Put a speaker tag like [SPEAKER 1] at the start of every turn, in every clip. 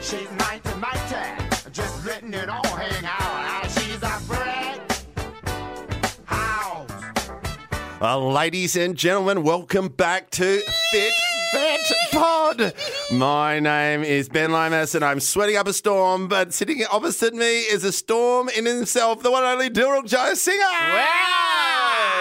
[SPEAKER 1] She's 90, mighty. Just letting it all hang out. Ah, She's a brick house.
[SPEAKER 2] Uh, ladies and gentlemen, welcome back to Fit Vet Pod. My name is Ben Limas and I'm sweating up a storm, but sitting opposite me is a storm in himself, the one and only Dilruk Jaya Singer.
[SPEAKER 3] Wow,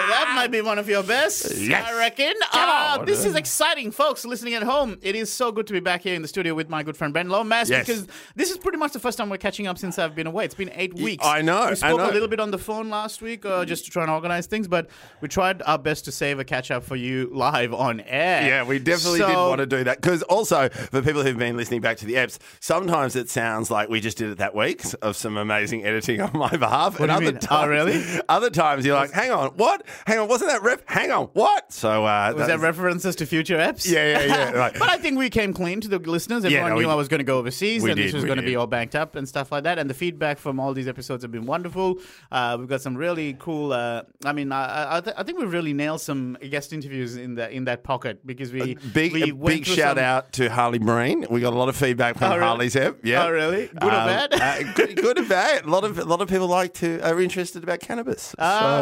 [SPEAKER 3] that might be one of your best.
[SPEAKER 2] Ah. Yes.
[SPEAKER 3] I reckon. Uh, this is exciting, folks listening at home. It is so good to be back here in the studio with my good friend Ben Lomas
[SPEAKER 2] Yes.
[SPEAKER 3] because this is pretty much the first time we're catching up since I've been away. It's been eight weeks.
[SPEAKER 2] I know, I
[SPEAKER 3] We spoke
[SPEAKER 2] know.
[SPEAKER 3] a little bit on the phone last week uh, just to try and organize things, but we tried our best to save a catch up for you live on air.
[SPEAKER 2] Yeah, we definitely
[SPEAKER 3] So-
[SPEAKER 2] did want to do that. Because also, for people who've been listening back to the apps, sometimes it sounds like we just did it that week of some amazing editing on my behalf.
[SPEAKER 3] What do you mean? Oh, really?
[SPEAKER 2] Other times you're like, hang on, what? Hang on, wasn't that ref? Hang on, what? So, uh,
[SPEAKER 3] Was that references to future apps?
[SPEAKER 2] Yeah, yeah, yeah, right.
[SPEAKER 3] but I think we came clean to the listeners.
[SPEAKER 2] Yeah,
[SPEAKER 3] Everyone
[SPEAKER 2] no, we
[SPEAKER 3] knew
[SPEAKER 2] did.
[SPEAKER 3] I was going to go overseas
[SPEAKER 2] We
[SPEAKER 3] and
[SPEAKER 2] did,
[SPEAKER 3] this was
[SPEAKER 2] we
[SPEAKER 3] going to
[SPEAKER 2] did.
[SPEAKER 3] be all banked up and stuff like that. And the feedback from all these episodes have been wonderful. Uh, we've got some really cool. Uh, I mean, I, I, th- I think we really nailed some guest interviews in the in that pocket because
[SPEAKER 2] Uh,
[SPEAKER 3] we
[SPEAKER 2] Big
[SPEAKER 3] we
[SPEAKER 2] a
[SPEAKER 3] went
[SPEAKER 2] big
[SPEAKER 3] through
[SPEAKER 2] shout
[SPEAKER 3] some-
[SPEAKER 2] out to Harley Breen. We got a lot of feedback from
[SPEAKER 3] Oh, really?
[SPEAKER 2] Harley's app. Yeah.
[SPEAKER 3] Oh, really? Good or bad?
[SPEAKER 2] uh, good, good or bad. A lot of a lot of people like to are interested about cannabis.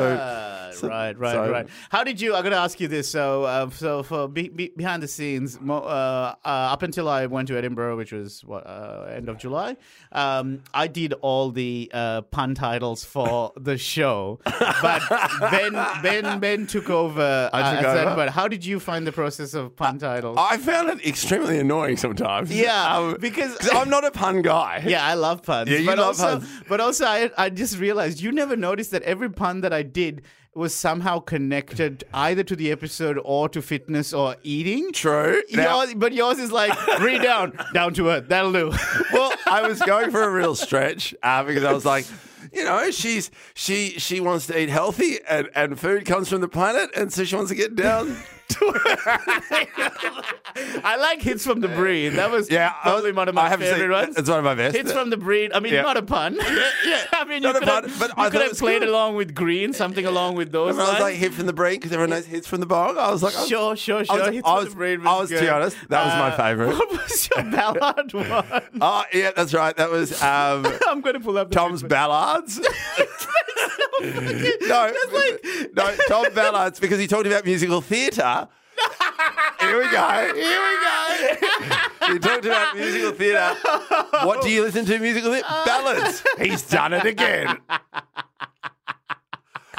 [SPEAKER 3] Ah,
[SPEAKER 2] so-
[SPEAKER 3] right, right,
[SPEAKER 2] so-
[SPEAKER 3] right. How did you? I'm gonna ask you this. So, uh, so for be, be, behind the scenes, mo, uh, uh, up until I went to Edinburgh, which was what uh, end of July, um, I did all the uh, pun titles for the show. But Ben, Ben, Ben took over.
[SPEAKER 2] I took
[SPEAKER 3] uh, as
[SPEAKER 2] over.
[SPEAKER 3] that, But how did you find the process of pun titles?
[SPEAKER 2] I found it extremely annoying sometimes. Um,
[SPEAKER 3] Yeah, because-
[SPEAKER 2] 'cause I'm not a pun guy.
[SPEAKER 3] yeah, I love puns.
[SPEAKER 2] Yeah, you
[SPEAKER 3] but
[SPEAKER 2] love
[SPEAKER 3] also,
[SPEAKER 2] puns.
[SPEAKER 3] But also, I, I just realized you never noticed that every pun that I did was somehow connected either to the episode or to fitness or eating.
[SPEAKER 2] True. Now-
[SPEAKER 3] yours, but yours is like, read down, down to earth. That'll do.
[SPEAKER 2] well, I was going for a real stretch uh, because I was like, you know, she's she she wants to eat healthy and, and food comes from the planet, and so she wants to get down.
[SPEAKER 3] I like hits from the breed. That was
[SPEAKER 2] Yeah, I was-
[SPEAKER 3] probably one of my
[SPEAKER 2] I have seen-
[SPEAKER 3] favorite ones.
[SPEAKER 2] it's one of my best.
[SPEAKER 3] Hits from the breed. I mean,
[SPEAKER 2] Yeah.
[SPEAKER 3] not a pun. Yeah,
[SPEAKER 2] yeah.
[SPEAKER 3] I mean,
[SPEAKER 2] Not
[SPEAKER 3] you
[SPEAKER 2] a
[SPEAKER 3] could
[SPEAKER 2] pun,
[SPEAKER 3] have,
[SPEAKER 2] but
[SPEAKER 3] you
[SPEAKER 2] I thought
[SPEAKER 3] could
[SPEAKER 2] it
[SPEAKER 3] have
[SPEAKER 2] was
[SPEAKER 3] played
[SPEAKER 2] good.
[SPEAKER 3] along with green, something along with those.
[SPEAKER 2] Everyone was
[SPEAKER 3] lines.
[SPEAKER 2] like hit from the break because everyone knows hits from the bog. I was like, I-
[SPEAKER 3] Sure, sure,
[SPEAKER 2] I
[SPEAKER 3] sure.
[SPEAKER 2] was,
[SPEAKER 3] Hits
[SPEAKER 2] I
[SPEAKER 3] from
[SPEAKER 2] was,
[SPEAKER 3] the breed
[SPEAKER 2] I was to be
[SPEAKER 3] good.
[SPEAKER 2] honest, that was my
[SPEAKER 3] Uh,
[SPEAKER 2] favourite.
[SPEAKER 3] What was your ballad one?
[SPEAKER 2] Oh yeah, that's right. That was um,
[SPEAKER 3] I'm going to pull up the
[SPEAKER 2] Tom's Ballards. no, no, Tom Ballards because he talked about musical theatre. Here we go. Here we go. he talked about musical theatre. What do you listen to? in Musical theatre
[SPEAKER 3] Uh.
[SPEAKER 2] ballads. He's done it again.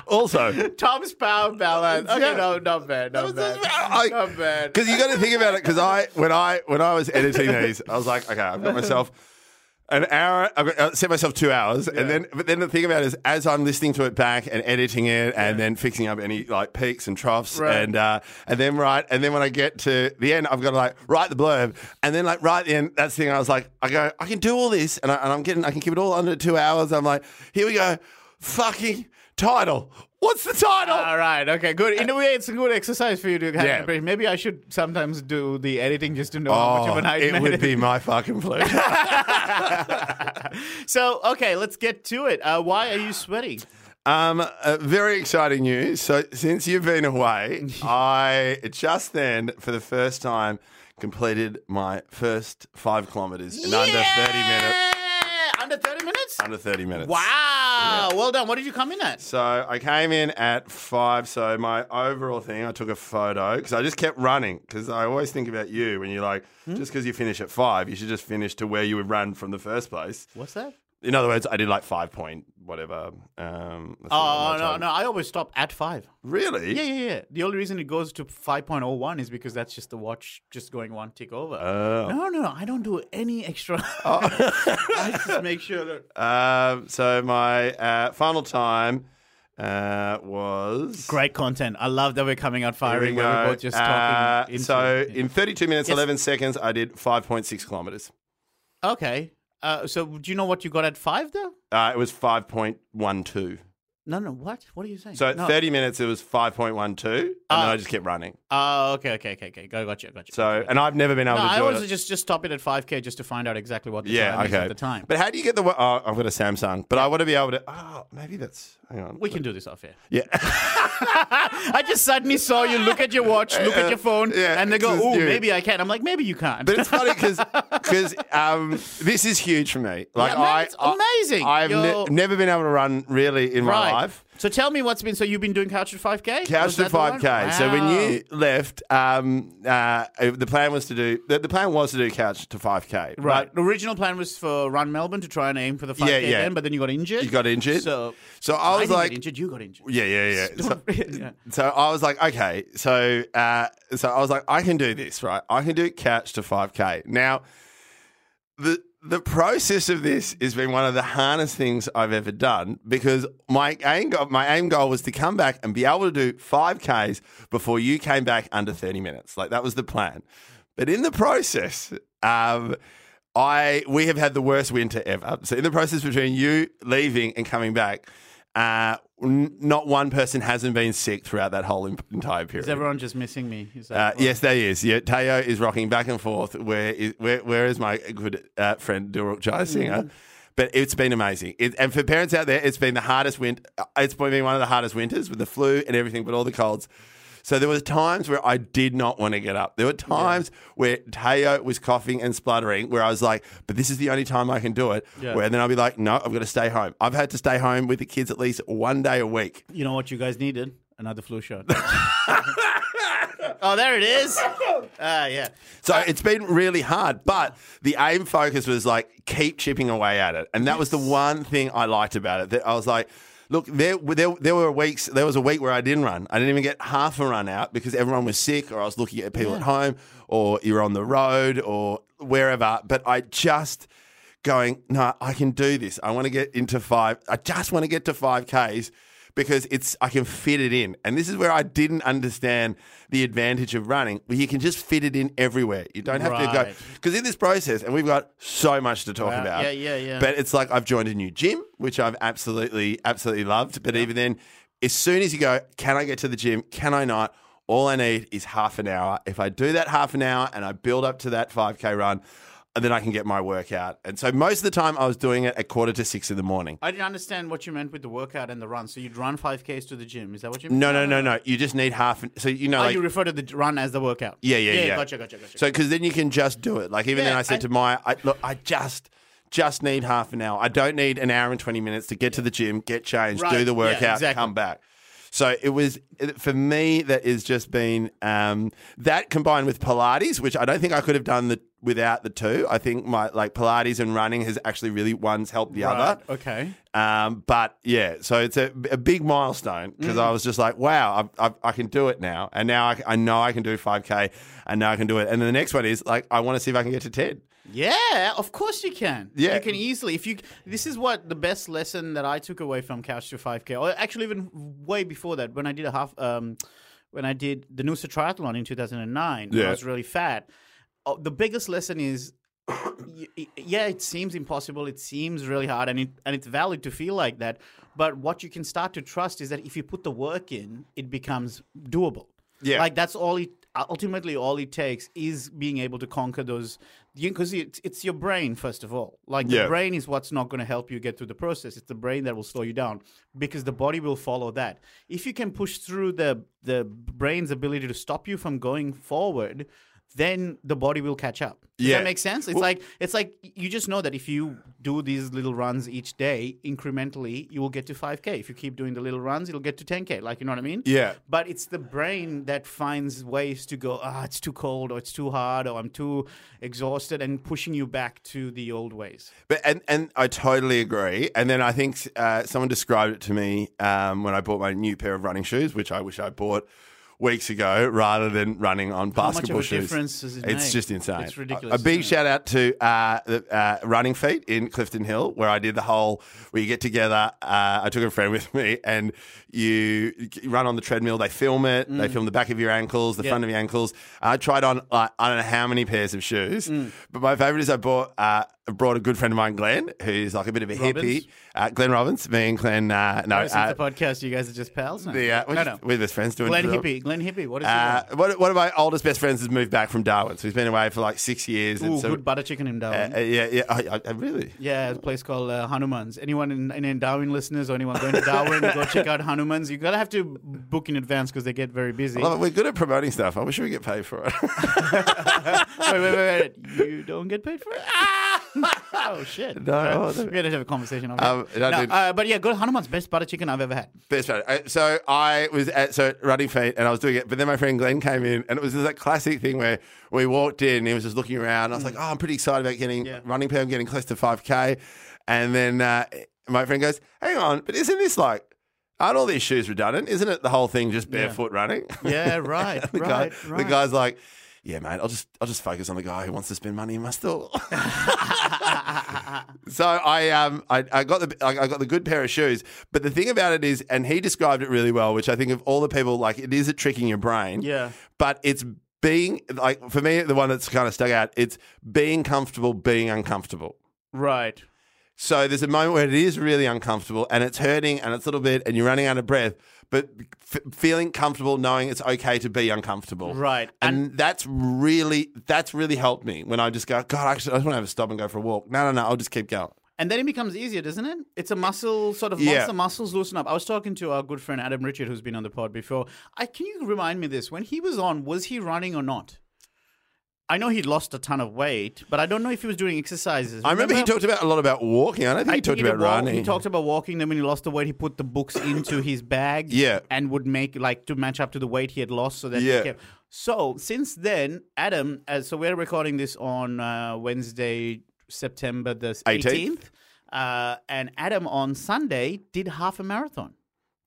[SPEAKER 2] Also,
[SPEAKER 3] Tom's Power Ballad. Okay,
[SPEAKER 2] Yeah.
[SPEAKER 3] no, not bad, not
[SPEAKER 2] That was-
[SPEAKER 3] bad,
[SPEAKER 2] I-
[SPEAKER 3] not bad.
[SPEAKER 2] Because you got to think about it. Because I, when I, when I was editing these, I was like, okay, I've got myself an hour. I've got, I set myself two hours, and then, but then the thing about it is, as I'm listening to it back and editing it, and then fixing up any like peaks and troughs,
[SPEAKER 3] Right.
[SPEAKER 2] and uh, and then right, and then when I get to the end, I've got to like write the blurb, and then like right at the end, that's the thing. I was like, I go, I can do all this, and, I, and I'm getting, I can keep it all under two hours. I'm like, here we go, fucking title. What's the title?
[SPEAKER 3] All right, okay, good. In a way, it's a good exercise for you to have.
[SPEAKER 2] Uh, Yeah.
[SPEAKER 3] an impression. Maybe I should sometimes do the editing just to know how much of an nightmare
[SPEAKER 2] Oh, it would be my fucking flu.
[SPEAKER 3] So, okay, let's get to it. Uh, why are you sweating?
[SPEAKER 2] Um, uh, very exciting news. So, since you've been away, I just then, for the first time, completed my first five kilometers in under 30 minutes.
[SPEAKER 3] Yeah! Under 30 minutes?
[SPEAKER 2] Under 30 minutes.
[SPEAKER 3] Wow. Well done. What did you come in at?
[SPEAKER 2] So, I came in at five. So, my overall thing, I took a photo because I just kept running because I always think about you when you're like,
[SPEAKER 3] Hmm?
[SPEAKER 2] just because you finish at five, you should just finish to where you would run from the first place.
[SPEAKER 3] What's that?
[SPEAKER 2] In other words, I did like five point whatever. Um, that's
[SPEAKER 3] Oh,
[SPEAKER 2] not my
[SPEAKER 3] no,
[SPEAKER 2] time.
[SPEAKER 3] no. I always stop at five.
[SPEAKER 2] Really?
[SPEAKER 3] Yeah, yeah, yeah. The only reason it goes to 5.01 is because that's just the watch just going one tick over.
[SPEAKER 2] Oh, Uh,
[SPEAKER 3] No, no, no. I don't do any extra. I just make sure that.
[SPEAKER 2] Um, so my uh, final time uh, was
[SPEAKER 3] Great content. I love that we're coming out
[SPEAKER 2] Here
[SPEAKER 3] firing
[SPEAKER 2] we
[SPEAKER 3] where we're
[SPEAKER 2] go.
[SPEAKER 3] both just
[SPEAKER 2] Uh,
[SPEAKER 3] talking. into-
[SPEAKER 2] so in 32 minutes
[SPEAKER 3] Yes.
[SPEAKER 2] 11 seconds, I did 5.6 kilometers.
[SPEAKER 3] okay. Uh, so do you know what you got at five though?
[SPEAKER 2] Uh, it was 5.12.
[SPEAKER 3] No, no. What? What are you saying?
[SPEAKER 2] So at
[SPEAKER 3] no.
[SPEAKER 2] 30 minutes, it was 5.12, and then
[SPEAKER 3] Ah.
[SPEAKER 2] I just kept running.
[SPEAKER 3] Oh, okay, okay, okay, okay. Go, gotcha, gotcha.
[SPEAKER 2] So, and I've never been able
[SPEAKER 3] no,
[SPEAKER 2] to
[SPEAKER 3] I
[SPEAKER 2] do
[SPEAKER 3] wanted
[SPEAKER 2] it.
[SPEAKER 3] to just just stop it at five k just to find out exactly what the
[SPEAKER 2] yeah,
[SPEAKER 3] time is
[SPEAKER 2] okay.
[SPEAKER 3] at the time.
[SPEAKER 2] But how do you get the? wa- Oh, I've got a Samsung, but I want to be able to. Oh, maybe that's. Hang on.
[SPEAKER 3] we can do this off here.
[SPEAKER 2] Yeah.
[SPEAKER 3] I just suddenly saw you look at your watch, look at your phone,
[SPEAKER 2] Yeah,
[SPEAKER 3] and they go,
[SPEAKER 2] this is
[SPEAKER 3] "Oh,
[SPEAKER 2] new."
[SPEAKER 3] maybe I can." I'm like, "Maybe you can't."
[SPEAKER 2] But it's funny because um, this is huge for me. Like
[SPEAKER 3] Yeah, man,
[SPEAKER 2] I,
[SPEAKER 3] it's amazing.
[SPEAKER 2] I, have ne-
[SPEAKER 3] You're-
[SPEAKER 2] never been able to run really in my life.
[SPEAKER 3] So tell me what's been. So you've been doing couch at five k.
[SPEAKER 2] Couch to five k. So when you left, um, uh, the plan was to do the, the plan was to do couch to five k.
[SPEAKER 3] Right. The original plan was for Run Melbourne to try and aim for the 5K
[SPEAKER 2] Yeah, yeah.
[SPEAKER 3] then, but then you got injured.
[SPEAKER 2] You got injured.
[SPEAKER 3] So,
[SPEAKER 2] So I was
[SPEAKER 3] didn't
[SPEAKER 2] like,
[SPEAKER 3] get injured, you got injured.
[SPEAKER 2] yeah, yeah, yeah. So,
[SPEAKER 3] yeah.
[SPEAKER 2] so I was like, okay. So uh, so I was like, I can do this, right? I can do couch to five k. Now, the the process of this has been one of the hardest things I've ever done because my aim goal, my aim goal was to come back and be able to do five k's before you came back under thirty minutes. Like that was the plan, but in the process, um, I we have had the worst winter ever. So in the process between you leaving and coming back. Uh, n- not one person hasn't been sick throughout that whole en- entire period.
[SPEAKER 3] Is everyone just missing me? Is
[SPEAKER 2] Uh,
[SPEAKER 3] that what-
[SPEAKER 2] yes, that is. Yeah, Teo is rocking back and forth. Where is where, where is my good uh, friend Dilruk Jai Singer? But it's been amazing. It, and for parents out there, it's been the hardest winter. It's been one of the hardest winters with the flu and everything, but all the colds. So there were times where I did not want to get up. There were times where Teo was coughing and spluttering, where I was like, "But this is the only time I can do it."
[SPEAKER 3] Yeah.
[SPEAKER 2] Where then I'll be like, "No, I've got to stay home." I've had to stay home with the kids at least one day a week.
[SPEAKER 3] You know what you guys needed? Another flu shot. oh, there it is. Ah, yeah.
[SPEAKER 2] So it's been really hard, but the aim focus was like keep chipping away at it, and that was the one thing I liked about it. That I was like, look, there, there there were weeks, there was a week where I didn't run. I didn't even get half a run out because everyone was sick, or I was looking at people at home, or you're on the road, or wherever. But I just going, no, I can do this. I want to get into five. I just want to get to five Ks because it's I can fit it in. And this is where I didn't understand the advantage of running, where you can just fit it in everywhere. You don't have to go
[SPEAKER 3] Right.
[SPEAKER 2] because in this process, and we've got so much to talk
[SPEAKER 3] Wow.
[SPEAKER 2] about.
[SPEAKER 3] Uh, Yeah, yeah, yeah.
[SPEAKER 2] But it's like I've joined a new gym, which I've absolutely, absolutely loved. But even then, as soon as you go, can I get to the gym? Can I not? All I need is half an hour. If I do that half an hour and I build up to that 5K run, then I can get my workout. And so most of the time I was doing it at quarter to six in the morning.
[SPEAKER 3] I didn't understand what you meant with the workout and the run. So you'd run 5Ks to the gym. Is that what you mean?
[SPEAKER 2] No, no, no, no. You just need half. An, so, you know,
[SPEAKER 3] Oh,
[SPEAKER 2] like.
[SPEAKER 3] you refer to the run as the workout.
[SPEAKER 2] Yeah, yeah, yeah.
[SPEAKER 3] Gotcha, gotcha, gotcha.
[SPEAKER 2] So, because then you can just do it. Like, even
[SPEAKER 3] Yeah,
[SPEAKER 2] then, I said
[SPEAKER 3] I-
[SPEAKER 2] to Maya, I, look, I just. Just need half an hour. I don't need an hour and 20 minutes to get to the gym, get changed,
[SPEAKER 3] Right.
[SPEAKER 2] do the
[SPEAKER 3] Yeah,
[SPEAKER 2] workout,
[SPEAKER 3] exactly.
[SPEAKER 2] come back. So it was, it- for me, that has just been um, that combined with Pilates, which I don't think I could have done the, without the two. I think my, like, Pilates and running has actually really, one's helped the other.
[SPEAKER 3] Right, okay.
[SPEAKER 2] Um, but yeah, so it's a, a big milestone because
[SPEAKER 3] Mm.
[SPEAKER 2] I was just like, wow, I, I, I can do it now. And now I, I know I can do 5K and now I can do it. And then the next one is like, I want to see if I can get to 10.
[SPEAKER 3] Yeah, of course you can.
[SPEAKER 2] Yeah.
[SPEAKER 3] you can easily. If you, this is what the best lesson that I took away from Couch to Five K, or actually even way before that, when I did a half, um, when I did the Noosa Triathlon in two thousand and nine, when
[SPEAKER 2] Yeah.
[SPEAKER 3] I was really fat. Oh, the biggest lesson is. y- y- Yeah, it seems impossible. It seems really hard, and it, and it's valid to feel like that. But what you can start to trust is that if you put the work in, it becomes doable.
[SPEAKER 2] Yeah.
[SPEAKER 3] like that's all it ultimately all it takes is being able to conquer those because it's, it's your brain first of all like
[SPEAKER 2] Yeah.
[SPEAKER 3] the brain is what's not going to help you get through the process it's the brain that will slow you down because the body will follow that if you can push through the the brain's ability to stop you from going forward then the body will catch up does
[SPEAKER 2] Yeah.
[SPEAKER 3] that make sense it's
[SPEAKER 2] Well-
[SPEAKER 3] like it's like you just know that if you do these little runs each day incrementally you will get to 5k if you keep doing the little runs it'll get to 10k like you know what i mean
[SPEAKER 2] Yeah.
[SPEAKER 3] but it's the brain that finds ways to go ah it's too cold or it's too hard or i'm too exhausted and pushing you back to the old ways
[SPEAKER 2] But and and I totally agree. And then I think uh, someone described it to me um, when I bought my new pair of running shoes, which I wish I bought weeks ago, rather than running on
[SPEAKER 3] much of
[SPEAKER 2] basketball
[SPEAKER 3] a
[SPEAKER 2] shoes.
[SPEAKER 3] difference does it
[SPEAKER 2] it's
[SPEAKER 3] make?
[SPEAKER 2] just insane.
[SPEAKER 3] It's ridiculous,
[SPEAKER 2] A, a big
[SPEAKER 3] isn't
[SPEAKER 2] shout out to uh, the, uh, Running Feet in Clifton Hill, where I did the whole where you get together. Uh, I took a friend with me, and you you run on the treadmill. They film it. They film the back of your ankles, the
[SPEAKER 3] Mm. Yeah.
[SPEAKER 2] front of your ankles. I tried on like I don't know how many pairs of shoes,
[SPEAKER 3] Mm.
[SPEAKER 2] but my favorite is I bought uh, brought a good friend of mine, Glenn, who's like a bit of a hippie.
[SPEAKER 3] Robbins?
[SPEAKER 2] Uh, Glenn Robbins, me and Glenn. Uh, no,
[SPEAKER 3] Ever since
[SPEAKER 2] uh,
[SPEAKER 3] the podcast you guys are just pals now.
[SPEAKER 2] the, uh, we're,
[SPEAKER 3] no
[SPEAKER 2] just-
[SPEAKER 3] no
[SPEAKER 2] we're just friends doing
[SPEAKER 3] Glenn
[SPEAKER 2] drill.
[SPEAKER 3] Hippie, Glenn Glenn Hippie, what is
[SPEAKER 2] Uh,
[SPEAKER 3] uh,
[SPEAKER 2] one, one of my oldest best friends has moved back from Darwin, so he's been away for like six years.
[SPEAKER 3] Ooh,
[SPEAKER 2] and so,
[SPEAKER 3] good butter chicken in
[SPEAKER 2] uh,
[SPEAKER 3] Darwin.
[SPEAKER 2] uh, yeah, yeah, I, I, really.
[SPEAKER 3] yeah, it's a place called uh, Hanuman's. Anyone in, in, in Darwin listeners or anyone going to Darwin, go check out Hanuman's. You gotta have to book in advance because they get very busy.
[SPEAKER 2] Love it. We're good at promoting stuff. I wish we get paid for it.
[SPEAKER 3] wait, wait, wait, wait. You don't get paid for it? oh, shit.
[SPEAKER 2] No,
[SPEAKER 3] All
[SPEAKER 2] oh, no.
[SPEAKER 3] we gotta have a conversation. on
[SPEAKER 2] Um,
[SPEAKER 3] that.
[SPEAKER 2] no,
[SPEAKER 3] no,
[SPEAKER 2] dude.
[SPEAKER 3] uh, but yeah, go to Hanuman's best butter chicken I've ever had.
[SPEAKER 2] Best friend. Uh, So I was at so at running feet and I was doing it, but then my friend Glenn came in and it was that classic thing where we walked in and he was just looking around. And I was like, oh, I'm pretty excited about getting
[SPEAKER 3] Hmm. Yeah.
[SPEAKER 2] running pay. I'm getting close to 5K. And then uh, my friend goes, hang on, but isn't this like, aren't all these shoes redundant? Isn't it the whole thing just barefoot running?
[SPEAKER 3] Yeah, right,
[SPEAKER 2] the,
[SPEAKER 3] right,
[SPEAKER 2] guy, the
[SPEAKER 3] right.
[SPEAKER 2] guy's like, yeah, mate, I'll just I'll just focus on the guy who wants to spend money in my store. so I um I, I got the I I got the good pair of shoes, but the thing about it is, and he described it really well, which I think of all the people like it is a tricking your brain.
[SPEAKER 3] Yeah.
[SPEAKER 2] but it's being like for me the one that's kind of stuck out. It's being comfortable, being uncomfortable.
[SPEAKER 3] Right.
[SPEAKER 2] So there's a moment where it is really uncomfortable and it's hurting and it's a little bit and you're running out of breath, but f- feeling comfortable, knowing it's okay to be uncomfortable.
[SPEAKER 3] Right.
[SPEAKER 2] And, that's really that's really helped me when I just go, God, actually, I just want to have a stop and go for a walk. No, no, no, I'll just keep going.
[SPEAKER 3] And then it becomes easier, doesn't it? It's a muscle sort of
[SPEAKER 2] Yeah.
[SPEAKER 3] once the muscles loosen up. I was talking to our good friend Adam Richard, who's been on the pod before. I can you remind me this? When he was on, was he running or not? I know he lost a ton of weight, but I don't know if he was doing exercises.
[SPEAKER 2] I remember he talked about a lot about walking. I don't think
[SPEAKER 3] I
[SPEAKER 2] he talked
[SPEAKER 3] think did
[SPEAKER 2] about
[SPEAKER 3] walk-
[SPEAKER 2] running.
[SPEAKER 3] He talked about walking. Then when he lost the weight, he put the books into his bag.
[SPEAKER 2] Yeah.
[SPEAKER 3] and would make like to match up to the weight he had lost, so that
[SPEAKER 2] Yeah.
[SPEAKER 3] he kept. So since then, Adam. Uh, so we're recording this on uh, Wednesday, September the
[SPEAKER 2] 18th.
[SPEAKER 3] eighteenth, uh, and Adam on Sunday did half a marathon.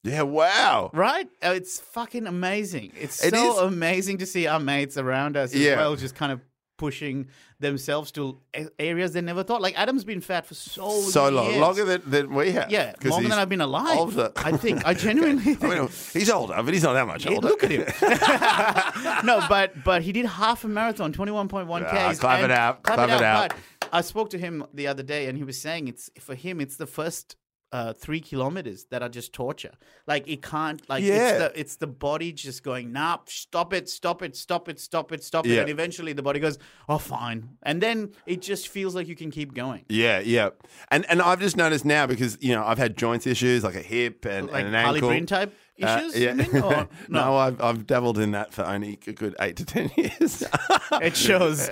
[SPEAKER 2] yeah, wow.
[SPEAKER 3] Right? Uh, it's fucking amazing. It's
[SPEAKER 2] It
[SPEAKER 3] so
[SPEAKER 2] is.
[SPEAKER 3] amazing to see our mates around us
[SPEAKER 2] Yeah.
[SPEAKER 3] as well, just kind of pushing themselves to a- areas they never thought. Like Adam's been fat for so
[SPEAKER 2] So long,
[SPEAKER 3] years.
[SPEAKER 2] longer than, than we have.
[SPEAKER 3] Yeah,
[SPEAKER 2] 'Cause
[SPEAKER 3] longer
[SPEAKER 2] he's
[SPEAKER 3] than I've been alive.
[SPEAKER 2] Older.
[SPEAKER 3] I think I genuinely
[SPEAKER 2] I mean,
[SPEAKER 3] think.
[SPEAKER 2] he's older, but he's not that much older.
[SPEAKER 3] Look at him. no, but but he did half a marathon, twenty one point one
[SPEAKER 2] Ah,
[SPEAKER 3] k.
[SPEAKER 2] clap it up, clap it up.
[SPEAKER 3] But I spoke to him the other day, and he was saying it's for him. It's the first uh, three kilometers that are just torture. Like it can't. Like
[SPEAKER 2] Yeah.
[SPEAKER 3] it's the it's the body just going nah. Stop it. Stop it. Stop it. Stop it. Stop it.
[SPEAKER 2] Yeah.
[SPEAKER 3] And eventually the body goes oh fine, and then it just feels like you can keep going.
[SPEAKER 2] Yeah, yeah, and and I've just noticed now because you know I've had joints issues like a hip and,
[SPEAKER 3] Like
[SPEAKER 2] and an
[SPEAKER 3] Harley
[SPEAKER 2] ankle.
[SPEAKER 3] Breen type
[SPEAKER 2] Uh,
[SPEAKER 3] issues. you mean? Or-
[SPEAKER 2] no, I've I've dabbled in that for only a good eight to ten years.
[SPEAKER 3] It shows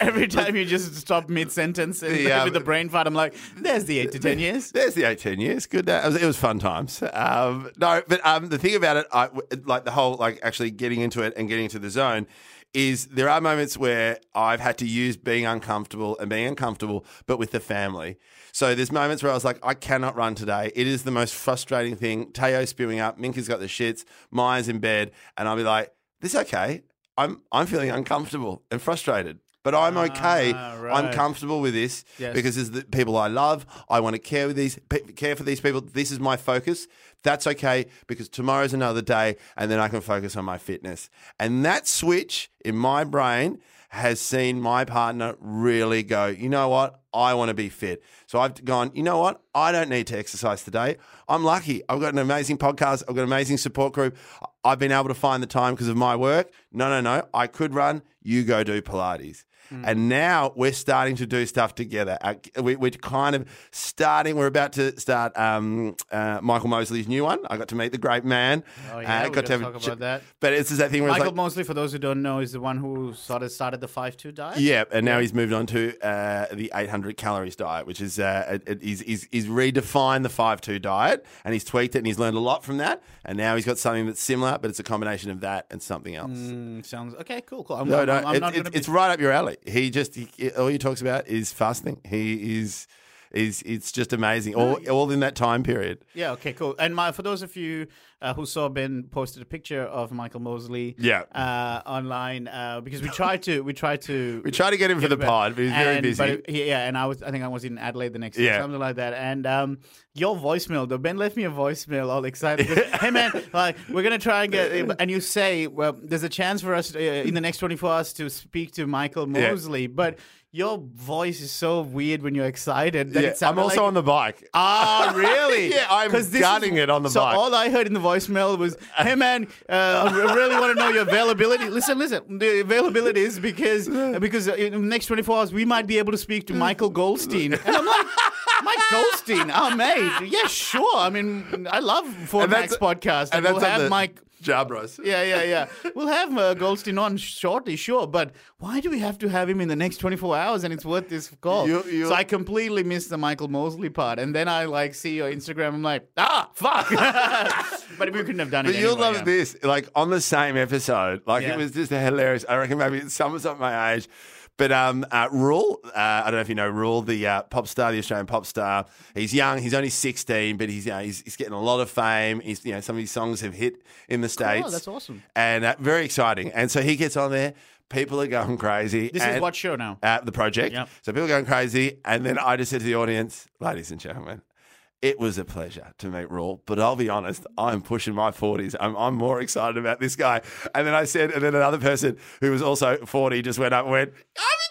[SPEAKER 3] every time you just stop mid sentence and
[SPEAKER 2] Yeah,
[SPEAKER 3] with the
[SPEAKER 2] but-
[SPEAKER 3] brain fart. I'm like, there's the eight to ten years.
[SPEAKER 2] There's the 18 years. Good. That was, it was fun times. Um, no, but um, the thing about it, I, like the whole, like actually getting into it and getting into the zone, is there are moments where I've had to use being uncomfortable and being uncomfortable, but with the family. So there's moments where I was like, I cannot run today. It is the most frustrating thing. Teo spewing up. Minka's got the shits. Maya's in bed, and I'll be like, "This okay? I'm I'm feeling uncomfortable and frustrated." But I'm okay. I'm
[SPEAKER 3] right.
[SPEAKER 2] comfortable with this
[SPEAKER 3] Yes.
[SPEAKER 2] because this is the people I love. I want to care with these pe- care for these people. This is my focus. That's okay because tomorrow's another day, and then I can focus on my fitness. And that switch in my brain has seen my partner really go. You know what? I want to be fit. So I've gone. You know what? I don't need to exercise today. I'm lucky. I've got an amazing podcast. I've got an amazing support group. I've been able to find the time because of my work. No, no, no. I could run. You go do Pilates.
[SPEAKER 3] Mm.
[SPEAKER 2] And now we're starting to do stuff together. Uh, We, we're kind of starting. We're about to start um, uh, Michael Mosley's new one. I got to meet the great man. Uh,
[SPEAKER 3] Oh, yeah, we
[SPEAKER 2] got
[SPEAKER 3] gotta
[SPEAKER 2] to have a
[SPEAKER 3] talk
[SPEAKER 2] ch-
[SPEAKER 3] about that.
[SPEAKER 2] But it's just that thing where
[SPEAKER 3] Michael
[SPEAKER 2] it's like,
[SPEAKER 3] Mosley, for those who don't know, is the one who sort of started the five two diet.
[SPEAKER 2] yeah, and now he's moved on to uh, the 800 calories diet, which is uh, it- it- he's, he's, he's redefined the 5-2 diet, and he's tweaked it, and he's learned a lot from that. And now he's got something that's similar, but it's a combination of that and something else.
[SPEAKER 3] Mm, sounds okay. Cool, cool. I'm,
[SPEAKER 2] No,
[SPEAKER 3] I'm-
[SPEAKER 2] no,
[SPEAKER 3] I'm
[SPEAKER 2] it-
[SPEAKER 3] not
[SPEAKER 2] it-
[SPEAKER 3] gonna be-
[SPEAKER 2] it's right up your alley. He just he, all he talks about is fasting. He is is it's just amazing. All all in that time period.
[SPEAKER 3] Yeah. Okay. Cool. And my, for those of you uh, who saw Ben posted a picture of Michael Mosley.
[SPEAKER 2] Yeah.
[SPEAKER 3] Uh, online, uh, because we tried to, we tried to,
[SPEAKER 2] We tried to get him for the
[SPEAKER 3] But-
[SPEAKER 2] pod, but he's very
[SPEAKER 3] and-
[SPEAKER 2] busy.
[SPEAKER 3] but it- yeah, and I was, I think I was in Adelaide the next day,
[SPEAKER 2] Yeah.
[SPEAKER 3] something like that. And um, your voicemail, though, Ben left me a voicemail, all excited. He goes, hey man, like we're gonna try and get, and you say, well, there's a chance for us uh, in the next 24 hours to speak to Michael
[SPEAKER 2] Yeah.
[SPEAKER 3] Mosley, but your voice is so weird when you're excited. That
[SPEAKER 2] Yeah,
[SPEAKER 3] it
[SPEAKER 2] I'm
[SPEAKER 3] sounded
[SPEAKER 2] also
[SPEAKER 3] like-
[SPEAKER 2] on the bike.
[SPEAKER 3] Ah, really?
[SPEAKER 2] Yeah, I'm
[SPEAKER 3] 'Cause this
[SPEAKER 2] gutting it on the
[SPEAKER 3] so
[SPEAKER 2] bike.
[SPEAKER 3] all I heard in the voicemail was, "Hey man, uh, I re- really want to know your availability. Listen, listen. The availability is because because in the next 24 hours we might be able to speak to Michael Goldstein." And I'm like, "Mike Goldstein, our mate? Yeah, sure. I mean, I love Four Max
[SPEAKER 2] that's-
[SPEAKER 3] podcast, and, we'll
[SPEAKER 2] on
[SPEAKER 3] have
[SPEAKER 2] the
[SPEAKER 3] Mike."
[SPEAKER 2] Jabros.
[SPEAKER 3] Yeah, yeah, yeah. We'll have uh, Goldstein on shortly, sure. But why do we have to have him in the next 24 hours and it's worth this call?
[SPEAKER 2] You- you-
[SPEAKER 3] So I completely missed the Michael Mosley part. And then I like see your Instagram. I'm like, ah, fuck. but we couldn't have done
[SPEAKER 2] But
[SPEAKER 3] it.
[SPEAKER 2] you'll
[SPEAKER 3] anyway,
[SPEAKER 2] love
[SPEAKER 3] yeah.
[SPEAKER 2] this. Like on the same episode, like
[SPEAKER 3] Yeah.
[SPEAKER 2] it was just hilarious. I reckon maybe it sums up my age. But um, uh, Rule, uh, I don't know if you know Rule, the uh, pop star, the Australian pop star. He's young. He's only sixteen, but he's you know, he's, he's getting a lot of fame. He's you know some of his songs have hit in the states.
[SPEAKER 3] Oh, that's awesome.
[SPEAKER 2] and uh, very exciting. And so he gets on there. People are going crazy.
[SPEAKER 3] This
[SPEAKER 2] and-
[SPEAKER 3] is what show now?
[SPEAKER 2] uh, the project.
[SPEAKER 3] Yep.
[SPEAKER 2] So people going crazy. And then I just said to the audience, ladies and gentlemen, it was a pleasure to meet Rawl, but I'll be honest, I'm pushing my 40s. I'm, I'm more excited about this guy. And then I said, and then another person who was also 40 just went up and went,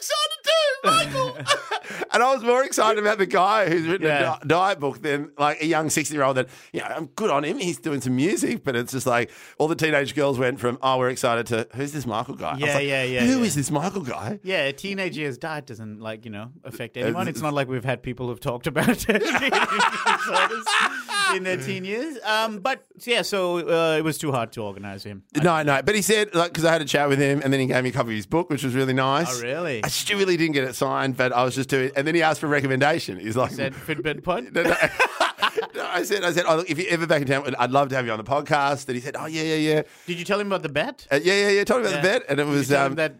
[SPEAKER 2] I'm excited too, Michael. and I was more excited about the guy who's written
[SPEAKER 3] Yeah.
[SPEAKER 2] a di- diet book than like a young 60 year old that, you know, I'm good on him. He's doing some music, but it's just like all the teenage girls went from, oh, we're excited to, who's this Michael guy? I was
[SPEAKER 3] Yeah,
[SPEAKER 2] like,
[SPEAKER 3] yeah, yeah,
[SPEAKER 2] "Who
[SPEAKER 3] yeah."
[SPEAKER 2] is this Michael guy?
[SPEAKER 3] Yeah, teenage years diet doesn't like you know affect anyone. It's not like we've had people who've talked about it in their teen years. Um, but yeah, so uh, it was too hard to organize him.
[SPEAKER 2] No, no, but he said like because I had a chat with him, and then he gave me a copy of his book, which was really nice.
[SPEAKER 3] Oh, really?
[SPEAKER 2] I still really didn't get it signed, but I was just doing. And then he asked for a recommendation. He's like,
[SPEAKER 3] Said Fitbit Pod.
[SPEAKER 2] No, no. No, I said, I said, oh, look, if you're ever back in town, I'd love to have you on the podcast. And he said, oh yeah, yeah, yeah,
[SPEAKER 3] Did you tell him about the bet?
[SPEAKER 2] uh, yeah, yeah, yeah. Told me about
[SPEAKER 3] Yeah.
[SPEAKER 2] the bet, and it
[SPEAKER 3] You
[SPEAKER 2] was
[SPEAKER 3] tell
[SPEAKER 2] um,
[SPEAKER 3] him that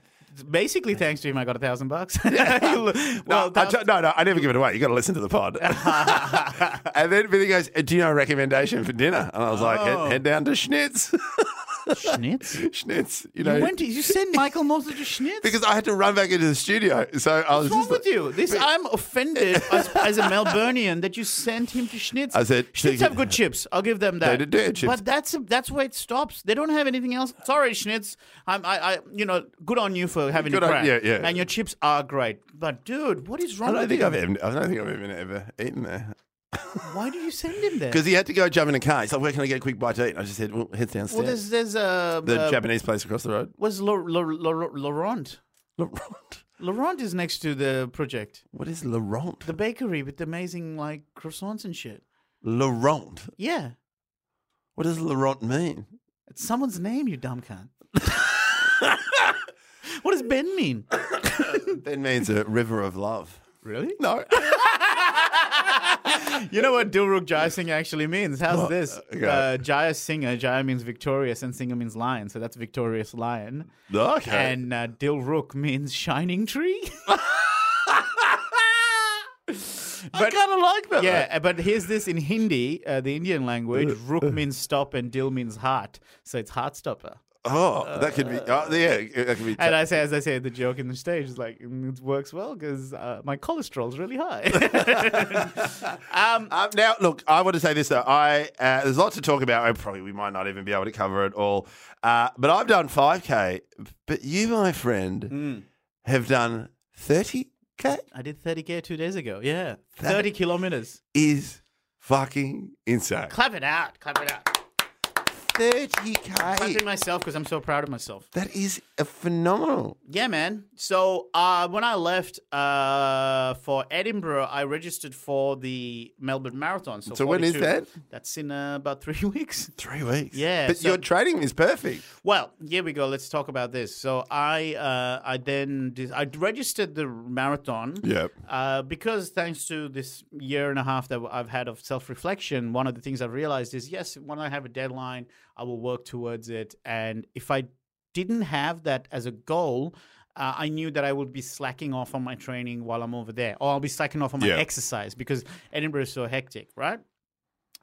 [SPEAKER 3] basically thanks to him I got a thousand bucks.
[SPEAKER 2] No,
[SPEAKER 3] well,
[SPEAKER 2] I
[SPEAKER 3] thou-
[SPEAKER 2] t- no, no, I never give it away. You got to listen to the pod. and then Billy goes, "Uh, "Do you know a recommendation for dinner?" And I was like,
[SPEAKER 3] Oh.
[SPEAKER 2] "Head, head down to Schnitz,
[SPEAKER 3] Schnitz. You
[SPEAKER 2] Schnitz." You know,
[SPEAKER 3] went to, you sent Michael Mosley to Schnitz.
[SPEAKER 2] because I had to run back into the studio, so I was
[SPEAKER 3] What's wrong
[SPEAKER 2] just like-
[SPEAKER 3] with you? This I'm offended as, as a Melburnian that you sent him to Schnitz.
[SPEAKER 2] I said,
[SPEAKER 3] Schnitz have good chips. I'll give them that.
[SPEAKER 2] They do have chips.
[SPEAKER 3] But that's that's where it stops. They don't have anything else. Sorry, Schnitz. I'm, I, I, you know, good on you for having
[SPEAKER 2] Good
[SPEAKER 3] a
[SPEAKER 2] on-
[SPEAKER 3] crack.
[SPEAKER 2] yeah, yeah.
[SPEAKER 3] And your chips are great. But dude, what is
[SPEAKER 2] I
[SPEAKER 3] wrong?
[SPEAKER 2] don't
[SPEAKER 3] with
[SPEAKER 2] think
[SPEAKER 3] you?
[SPEAKER 2] I've ever, I don't think I've even ever eaten there.
[SPEAKER 3] Why do you send him there?
[SPEAKER 2] Because he had to go jump in a car. He's like, where can I get a quick bite to eat? And I just said, well, head downstairs.
[SPEAKER 3] Well, there's there's uh,
[SPEAKER 2] the
[SPEAKER 3] uh,
[SPEAKER 2] Japanese place across the road.
[SPEAKER 3] Was La- La- La- Laurent?
[SPEAKER 2] Laurent.
[SPEAKER 3] Laurent is next to the project,
[SPEAKER 2] What is Laurent?
[SPEAKER 3] the bakery with the amazing like croissants and shit.
[SPEAKER 2] Laurent.
[SPEAKER 3] Yeah,
[SPEAKER 2] What does Laurent mean?
[SPEAKER 3] it's someone's name, you dumb cunt. what does Ben mean?
[SPEAKER 2] Ben means a river of love.
[SPEAKER 3] Really?
[SPEAKER 2] No.
[SPEAKER 3] You know what Dilruk Jaya Singh actually means? How's
[SPEAKER 2] What?
[SPEAKER 3] this?
[SPEAKER 2] Okay.
[SPEAKER 3] Uh, Jaya Singer, Jaya means victorious, and Singer means lion, so that's victorious lion.
[SPEAKER 2] okay.
[SPEAKER 3] And uh, Dilruk means shining tree.
[SPEAKER 2] I kind of like that.
[SPEAKER 3] Yeah, uh, but here's this in Hindi, uh, the Indian language. Rook means stop and Dil means heart, so it's heart stopper.
[SPEAKER 2] Oh, that could be. Oh, yeah, that could be.
[SPEAKER 3] And I say, as I say, the joke in the stage is like mm, it works well because uh, my cholesterol's really high. um,
[SPEAKER 2] Um, now, look, I want to say this though. I uh, there's lots to talk about. I probably we might not even be able to cover it all. Uh, but I've done 5k, but you, my friend,
[SPEAKER 3] Hmm.
[SPEAKER 2] have done 30k.
[SPEAKER 3] I did 30k two days ago. Yeah,
[SPEAKER 2] That-
[SPEAKER 3] 30 kilometers.
[SPEAKER 2] Is fucking insane.
[SPEAKER 3] Clap it out! Clap it out!
[SPEAKER 2] 30k.
[SPEAKER 3] Clapping myself because I'm so proud of myself.
[SPEAKER 2] That is a phenomenal.
[SPEAKER 3] Yeah, man. So uh, when I left uh, for Edinburgh, I registered for the Melbourne Marathon. So,
[SPEAKER 2] So when is
[SPEAKER 3] 42.
[SPEAKER 2] that?
[SPEAKER 3] That's in uh, about three weeks.
[SPEAKER 2] Three weeks.
[SPEAKER 3] Yeah,
[SPEAKER 2] But
[SPEAKER 3] so-
[SPEAKER 2] your training is perfect.
[SPEAKER 3] Well, here we go. Let's talk about this. So I, uh, I then did, I registered the marathon.
[SPEAKER 2] Yep.
[SPEAKER 3] Uh, because thanks to this year and a half that I've had of self reflection, one of the things I've realized is yes, when I have a deadline, I will work towards it. And if I didn't have that as a goal, uh, I knew that I would be slacking off on my training while I'm over there, or I'll be slacking off on my
[SPEAKER 2] Yeah.
[SPEAKER 3] exercise because Edinburgh is so hectic, right?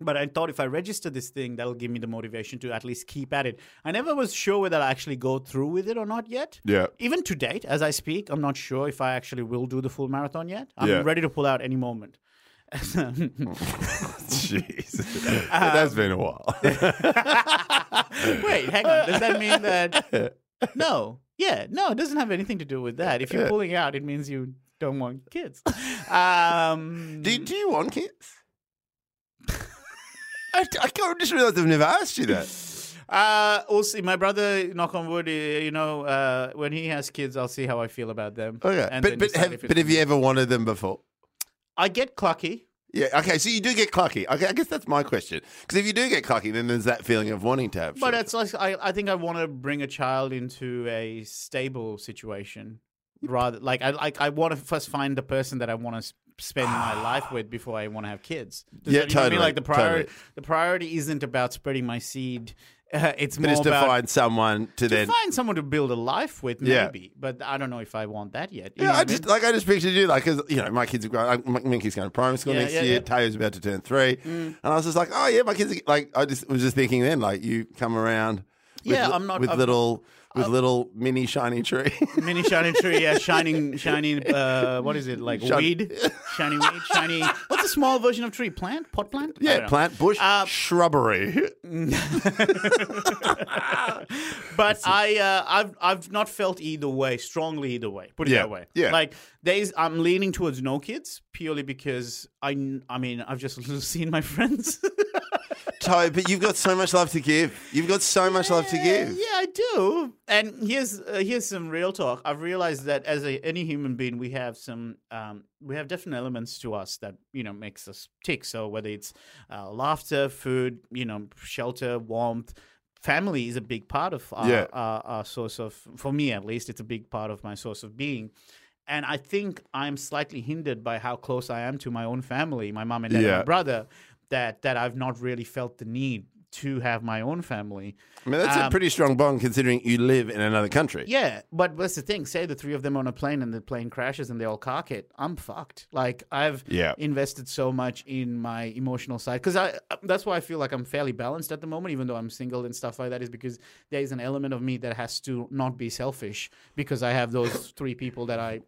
[SPEAKER 3] But I thought if I register this thing, that'll give me the motivation to at least keep at it. I never was sure whether I actually go through with it or not yet.
[SPEAKER 2] Yeah.
[SPEAKER 3] Even to date, as I speak, I'm not sure if I actually will do the full marathon yet. I'm
[SPEAKER 2] Yeah.
[SPEAKER 3] ready to pull out any moment.
[SPEAKER 2] Jeez. That's
[SPEAKER 3] Um,
[SPEAKER 2] been a while.
[SPEAKER 3] Wait, hang on. Does that mean that? No. Yeah. No, it doesn't have anything to do with that. If you're pulling out, it means you don't want kids. Um,
[SPEAKER 2] Do, do you want kids? I, I can't- I just realised I've never asked you that.
[SPEAKER 3] uh, we'll see. My brother, knock on wood, uh, you know, uh, when he has kids, I'll see how I feel about them.
[SPEAKER 2] Okay,
[SPEAKER 3] And
[SPEAKER 2] Oh, but
[SPEAKER 3] then
[SPEAKER 2] but
[SPEAKER 3] decide
[SPEAKER 2] have,
[SPEAKER 3] if it's
[SPEAKER 2] but have
[SPEAKER 3] for me.
[SPEAKER 2] you ever wanted them before?
[SPEAKER 3] I get clucky.
[SPEAKER 2] Yeah. Okay. So you do get clucky. Okay. I guess that's my question. Because if you do get clucky, then there's that feeling of wanting to have.
[SPEAKER 3] But
[SPEAKER 2] children.
[SPEAKER 3] it's like I, I think I want to bring a child into a stable situation, rather like I like I want to first find the person that I want to spend my life with before I want to have kids. Does
[SPEAKER 2] Yeah,
[SPEAKER 3] that- you know what I mean?
[SPEAKER 2] totally,
[SPEAKER 3] Like the priority,
[SPEAKER 2] totally.
[SPEAKER 3] the priority isn't about spreading my seed. Uh, it's
[SPEAKER 2] but
[SPEAKER 3] more
[SPEAKER 2] it's to
[SPEAKER 3] about
[SPEAKER 2] find someone to
[SPEAKER 3] to
[SPEAKER 2] then.
[SPEAKER 3] find someone to build a life with,
[SPEAKER 2] Yeah.
[SPEAKER 3] maybe. But I don't know if I want that yet. You know
[SPEAKER 2] Yeah, I
[SPEAKER 3] what
[SPEAKER 2] just like I just pictured you like because you know my kids are growing. My, my kids going to primary school
[SPEAKER 3] Yeah,
[SPEAKER 2] next
[SPEAKER 3] yeah,
[SPEAKER 2] year.
[SPEAKER 3] yeah. Mm.
[SPEAKER 2] Tayo's about to turn three, and I was just like, oh yeah, my kids. Are, like I just was just thinking then, like you come around. With,
[SPEAKER 3] Yeah,
[SPEAKER 2] li-
[SPEAKER 3] I'm not-
[SPEAKER 2] with
[SPEAKER 3] I'm-
[SPEAKER 2] little with little mini shiny tree.
[SPEAKER 3] Mini shining tree, yeah, shining, shining. Uh, what is it like?
[SPEAKER 2] Shun-
[SPEAKER 3] weed, shiny weed, shiny. What's a small version of tree? Plant, pot plant. I don't
[SPEAKER 2] yeah,
[SPEAKER 3] know.
[SPEAKER 2] plant bush
[SPEAKER 3] Uh,
[SPEAKER 2] shrubbery.
[SPEAKER 3] But I, uh, I've, I've not felt either way strongly either way. Put it
[SPEAKER 2] Yeah,
[SPEAKER 3] that way.
[SPEAKER 2] yeah.
[SPEAKER 3] Like there's, I'm leaning towards no kids purely because I, kn- I mean, I've just seen my friends.
[SPEAKER 2] Toe, but you've got so much love to give. You've got so much love to
[SPEAKER 3] Yeah,
[SPEAKER 2] give.
[SPEAKER 3] yeah, I do. And here's uh, here's some real talk. I've realized that as a, any human being, we have some um, we have different elements to us that you know makes us tick. So whether it's uh, laughter, food, you know, shelter, warmth. Family is a big part of our,
[SPEAKER 2] Yeah.
[SPEAKER 3] our, our source of, for me at least, it's a big part of my source of being. And I think I'm slightly hindered by how close I am to my own family, my mom and dad, and
[SPEAKER 2] Yeah.
[SPEAKER 3] my brother, that, that I've not really felt the need to have my own family.
[SPEAKER 2] I mean, that's a
[SPEAKER 3] Um,
[SPEAKER 2] pretty strong bond considering you live in another country.
[SPEAKER 3] Yeah, but that's the thing. Say the three of them on a plane and the plane crashes and they all cock it. I'm fucked. Like I've
[SPEAKER 2] Yeah.
[SPEAKER 3] invested so much in my emotional side because I uh, that's why I feel like I'm fairly balanced at the moment, even though I'm single and stuff like that. Is because there is an element of me that has to not be selfish because I have those three people that I.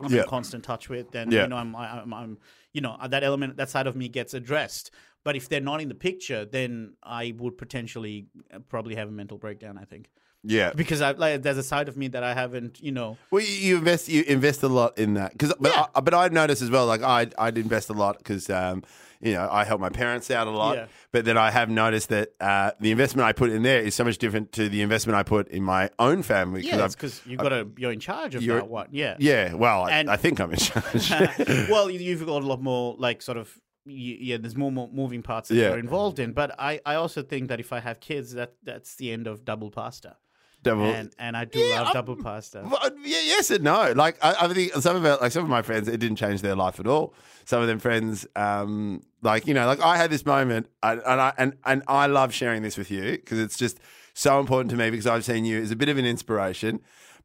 [SPEAKER 3] I'm
[SPEAKER 2] Yeah.
[SPEAKER 3] in constant touch with, and
[SPEAKER 2] Yeah.
[SPEAKER 3] you know, I'm, I- I'm, I'm, you know, that element, that side of me gets addressed. But if they're not in the picture, then I would potentially uh, probably have a mental breakdown. I think
[SPEAKER 2] Yeah.
[SPEAKER 3] because I like there's a side of me that I haven't, you know.
[SPEAKER 2] Well, you- you invest you invest a lot in that because, but
[SPEAKER 3] Yeah.
[SPEAKER 2] I, but I've noticed as well. Like I I'd invest a lot because um, you know I help my parents out a lot.
[SPEAKER 3] Yeah.
[SPEAKER 2] But then I have noticed that uh, the investment I put in there is so much different to the investment I put in my own family.
[SPEAKER 3] Yeah,
[SPEAKER 2] I've-
[SPEAKER 3] it's because you got to you're in charge of
[SPEAKER 2] you're-
[SPEAKER 3] that one. Yeah.
[SPEAKER 2] yeah. Well, I,
[SPEAKER 3] And-
[SPEAKER 2] I think I'm in charge.
[SPEAKER 3] well, you- you've got a lot more like sort of y- yeah. There's more, more moving parts that
[SPEAKER 2] Yeah.
[SPEAKER 3] you're involved in, but I I also think that if I have kids, that that's the end of double pasta,
[SPEAKER 2] Double.
[SPEAKER 3] and and I do
[SPEAKER 2] Yeah,
[SPEAKER 3] love
[SPEAKER 2] I'm-
[SPEAKER 3] double pasta.
[SPEAKER 2] Well, uh, yeah, yes and no. Like I, I think some of our, like some of my friends, it didn't change their life at all. Some of them friends, um, like you know, like I had this moment, and and I, and, and I love sharing this with you because it's just so important to me because I've seen you as a bit of an inspiration.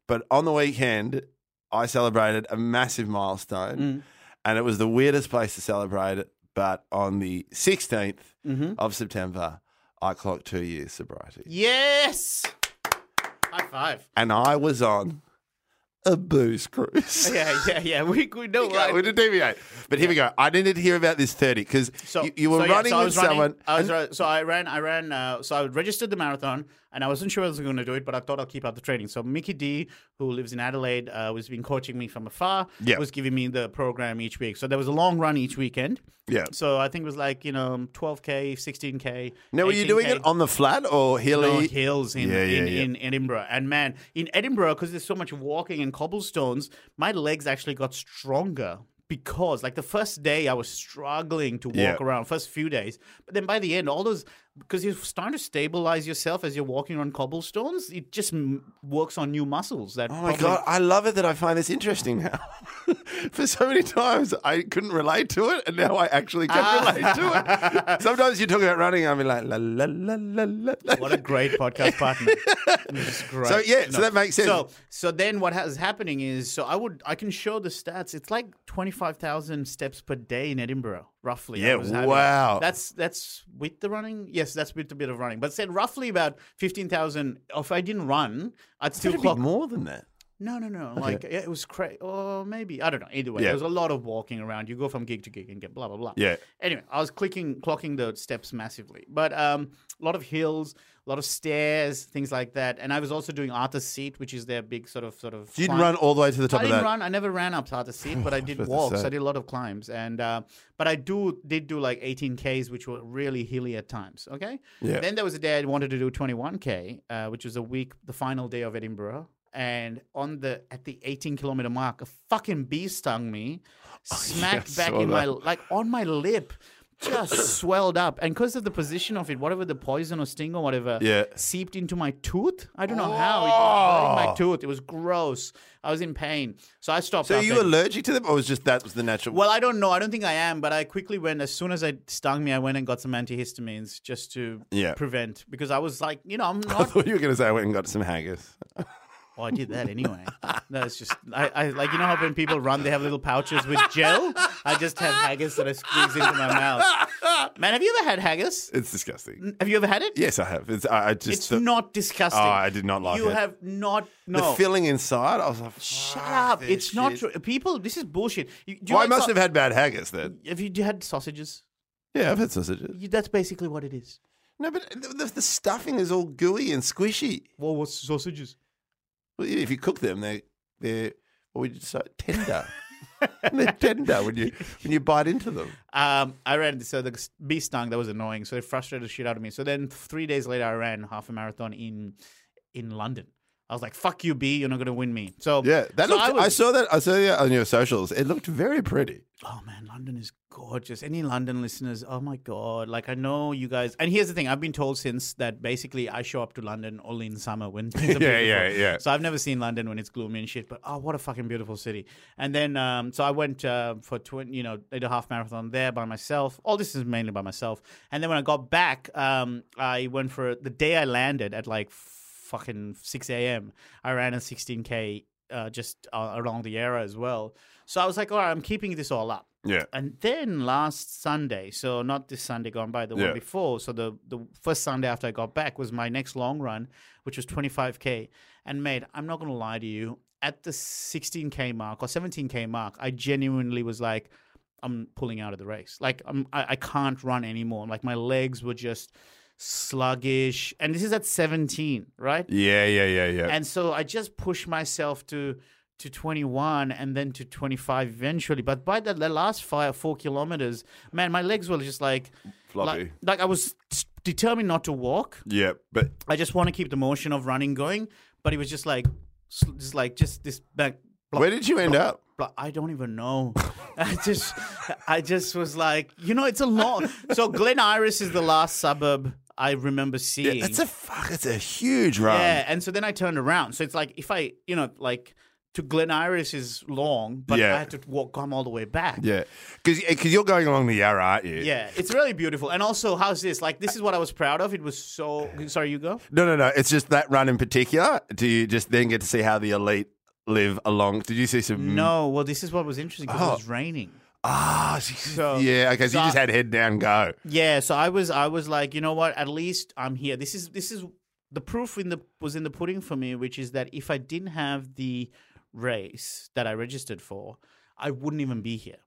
[SPEAKER 2] But on the weekend, I celebrated a massive milestone, and it was the weirdest place to celebrate it. But on the 16th of September, I clocked two years sobriety,
[SPEAKER 3] Yes. High five.
[SPEAKER 2] and I was on a booze cruise.
[SPEAKER 3] Yeah, yeah, yeah. We we know.
[SPEAKER 2] Yeah, we
[SPEAKER 3] right?
[SPEAKER 2] didn't deviate. But here we go. I needed to hear about this 30 because
[SPEAKER 3] So
[SPEAKER 2] you, you were
[SPEAKER 3] so, yeah,
[SPEAKER 2] running
[SPEAKER 3] so I
[SPEAKER 2] with
[SPEAKER 3] was running-
[SPEAKER 2] someone.
[SPEAKER 3] I was
[SPEAKER 2] and-
[SPEAKER 3] ru- so I ran. I ran. Uh, so I registered the marathon, and I wasn't sure I was going to do it, but I thought I'll keep up the training. So Mickey D, who lives in Adelaide, uh, was been coaching me from afar.
[SPEAKER 2] Yeah.
[SPEAKER 3] was giving me the program each week. So there was a long run each weekend.
[SPEAKER 2] yeah.
[SPEAKER 3] So I think it was like you know 12k, 16k.
[SPEAKER 2] Now, were you doing
[SPEAKER 3] 18K.
[SPEAKER 2] it on the flat or hilly?
[SPEAKER 3] No, hills in,
[SPEAKER 2] Yeah, yeah,
[SPEAKER 3] in,
[SPEAKER 2] yeah.
[SPEAKER 3] in Edinburgh. And man, in Edinburgh, because there's so much walking and cobblestones, my legs actually got stronger because, like, the first day I was struggling to walk
[SPEAKER 2] Yeah.
[SPEAKER 3] around, first few days. But then by the end, all those, because you're starting to stabilize yourself as you're walking on cobblestones, it just m- works on new muscles. That
[SPEAKER 2] Oh my God, I love it that I find this interesting now. For so many times I couldn't relate to it, and now I actually can
[SPEAKER 3] Ah.
[SPEAKER 2] relate to it. Sometimes you talk about running, I'm like, la la la la la. la.
[SPEAKER 3] What a great podcast partner. It's great.
[SPEAKER 2] So, yeah, so that makes sense.
[SPEAKER 3] So so then what has happening is so I would I can show the stats. It's like twenty five thousand steps per day in Edinburgh, roughly. I
[SPEAKER 2] Yeah,
[SPEAKER 3] was having.
[SPEAKER 2] wow.
[SPEAKER 3] That's that's with the running. Yes, that's with a bit of running. But said roughly about fifteen thousand. If I didn't run, I'd still
[SPEAKER 2] It'd be
[SPEAKER 3] clock.
[SPEAKER 2] more than that.
[SPEAKER 3] No, no, no. Like yeah, it was crazy. Or maybe I don't know. Either way,
[SPEAKER 2] Yeah.
[SPEAKER 3] there was a lot of walking around. You go from gig to gig and get blah blah blah.
[SPEAKER 2] Yeah.
[SPEAKER 3] Anyway, I was clicking, clocking the steps massively, but um, a lot of hills, a lot of stairs, things like that. And I was also doing Arthur's Seat, which is their big sort of sort of.
[SPEAKER 2] You didn't
[SPEAKER 3] climb-
[SPEAKER 2] run all the way to the top
[SPEAKER 3] I
[SPEAKER 2] of
[SPEAKER 3] didn't
[SPEAKER 2] that.
[SPEAKER 3] run. I never ran up Arthur's Seat, but I did
[SPEAKER 2] was gonna
[SPEAKER 3] walks.
[SPEAKER 2] say.
[SPEAKER 3] I did a lot of climbs, and uh, but I do did do like 18ks, which were really hilly at times. Okay.
[SPEAKER 2] Yeah.
[SPEAKER 3] Then there was a day I wanted to do 21k, uh, which was a week, the final day of Edinburgh, and on the at the 18 kilometer mark, a fucking bee stung me, smacked
[SPEAKER 2] I
[SPEAKER 3] back
[SPEAKER 2] saw
[SPEAKER 3] in my
[SPEAKER 2] that.
[SPEAKER 3] like on my lip. Just swelled up, and because of the position of it, whatever the poison or sting or whatever,
[SPEAKER 2] Yeah.
[SPEAKER 3] seeped into my tooth. I don't know how it was hurting my
[SPEAKER 2] Oh.
[SPEAKER 3] tooth. It was gross. I was in pain, so I stopped.
[SPEAKER 2] So are
[SPEAKER 3] after
[SPEAKER 2] you
[SPEAKER 3] it.
[SPEAKER 2] allergic to them, or was just that was the natural?
[SPEAKER 3] Well, I don't know. I don't think I am, but I quickly went as soon as I stung me. I went and got some antihistamines just to
[SPEAKER 2] Yeah.
[SPEAKER 3] prevent because I was like, you know, I'm
[SPEAKER 2] I
[SPEAKER 3] not.
[SPEAKER 2] thought you were going to say I went and got some haggis.
[SPEAKER 3] oh, I did that anyway. No, it's just I, I like you know how when people run, they have little pouches with gel. I just have haggis that I squeeze into my mouth. Man, have you ever had haggis?
[SPEAKER 2] It's disgusting.
[SPEAKER 3] Have you ever had it?
[SPEAKER 2] Yes, I have. It's I, I just
[SPEAKER 3] It's
[SPEAKER 2] the,
[SPEAKER 3] not disgusting.
[SPEAKER 2] Oh, I did not like
[SPEAKER 3] you
[SPEAKER 2] it.
[SPEAKER 3] have not
[SPEAKER 2] the
[SPEAKER 3] no.
[SPEAKER 2] filling inside. I was like,
[SPEAKER 3] Shut
[SPEAKER 2] "Fuck
[SPEAKER 3] up!
[SPEAKER 2] this
[SPEAKER 3] It's not
[SPEAKER 2] shit."
[SPEAKER 3] true. People, this is bullshit. You, do you
[SPEAKER 2] Well, I
[SPEAKER 3] like
[SPEAKER 2] must
[SPEAKER 3] sau-
[SPEAKER 2] have had bad haggis then.
[SPEAKER 3] Have you had sausages?
[SPEAKER 2] Yeah, I've had sausages.
[SPEAKER 3] You, that's basically what it is.
[SPEAKER 2] No, but the, the, the stuffing is all gooey and squishy.
[SPEAKER 3] Well, what's sausages?
[SPEAKER 2] Well, yeah, if you cook them, they they're what would you say tender. they're tender when you when you bite into them.
[SPEAKER 3] Um, I ran so the bee stung. That was annoying. So it frustrated the shit out of me. So then three days later, I ran half a marathon in in London. I was like, "Fuck you, bee! You're not gonna win me." So
[SPEAKER 2] Yeah, that
[SPEAKER 3] so
[SPEAKER 2] looked, I,
[SPEAKER 3] was-
[SPEAKER 2] saw that. I saw that on your socials. It looked very pretty.
[SPEAKER 3] Oh man, London is gorgeous. Any London listeners, oh my god. Like I know you guys and here's the thing, I've been told since that basically I show up to London only in summer when things are
[SPEAKER 2] Yeah,
[SPEAKER 3] beautiful.
[SPEAKER 2] yeah, yeah.
[SPEAKER 3] So I've never seen London when it's gloomy and shit, but oh what a fucking beautiful city. And then um so I went uh, for twin you know, did a half marathon there by myself. All this is mainly by myself. And then when I got back, um I went for the day I landed at like fucking 6 a.m. I ran a 16k uh, just uh, around the era as well. So I was like, all right, I'm keeping this all up.
[SPEAKER 2] Yeah,
[SPEAKER 3] And then last Sunday, so not this Sunday gone by, the
[SPEAKER 2] Yeah.
[SPEAKER 3] one before. So the, the first Sunday after I got back was my next long run, which was 25K. And mate, I'm not going to lie to you, at the 16K mark or 17K mark, I genuinely was like, I'm pulling out of the race. Like, I'm, I, I can't run anymore. Like, my legs were just sluggish. And this is at 17, right?
[SPEAKER 2] yeah, yeah, yeah, yeah.
[SPEAKER 3] and so I just pushed myself to to 21 and then to 25 eventually. But by the, the last five four kilometers, man, my legs were just like
[SPEAKER 2] Floppy.
[SPEAKER 3] Like, like I was determined not to walk.
[SPEAKER 2] yeah, but
[SPEAKER 3] I just want to keep the motion of running going. But it was just like s- just like just this back. block,
[SPEAKER 2] where did you end up?
[SPEAKER 3] but I don't even know. I just, I just was like, you know, it's a long. So Glen Iris is the last suburb I remember seeing.
[SPEAKER 2] It's a fuck. It's a huge run.
[SPEAKER 3] Yeah, and so then I turned around. So it's like if I, you know, like to Glen Iris is long, but
[SPEAKER 2] Yeah.
[SPEAKER 3] I had to walk come all the way back.
[SPEAKER 2] Yeah, because you're going along the Yarra, aren't you?
[SPEAKER 3] Yeah, it's really beautiful. And also, how's this? Like, this is what I was proud of. It was so. Sorry, you go.
[SPEAKER 2] No, no, no. It's just that run in particular. Do you just then get to see how the elite live along? Did you see some?
[SPEAKER 3] No, well, this is what was interesting because
[SPEAKER 2] Mm. Oh.
[SPEAKER 3] it was raining.
[SPEAKER 2] Ah,
[SPEAKER 3] So-
[SPEAKER 2] yeah. Okay, so,
[SPEAKER 3] so
[SPEAKER 2] you just
[SPEAKER 3] I-
[SPEAKER 2] had head down go.
[SPEAKER 3] Yeah, so I was, I was like, you know what? At least I'm here. This is, this is the proof in the was in the pudding for me, which is that if I didn't have the race that I registered for, I wouldn't even be here.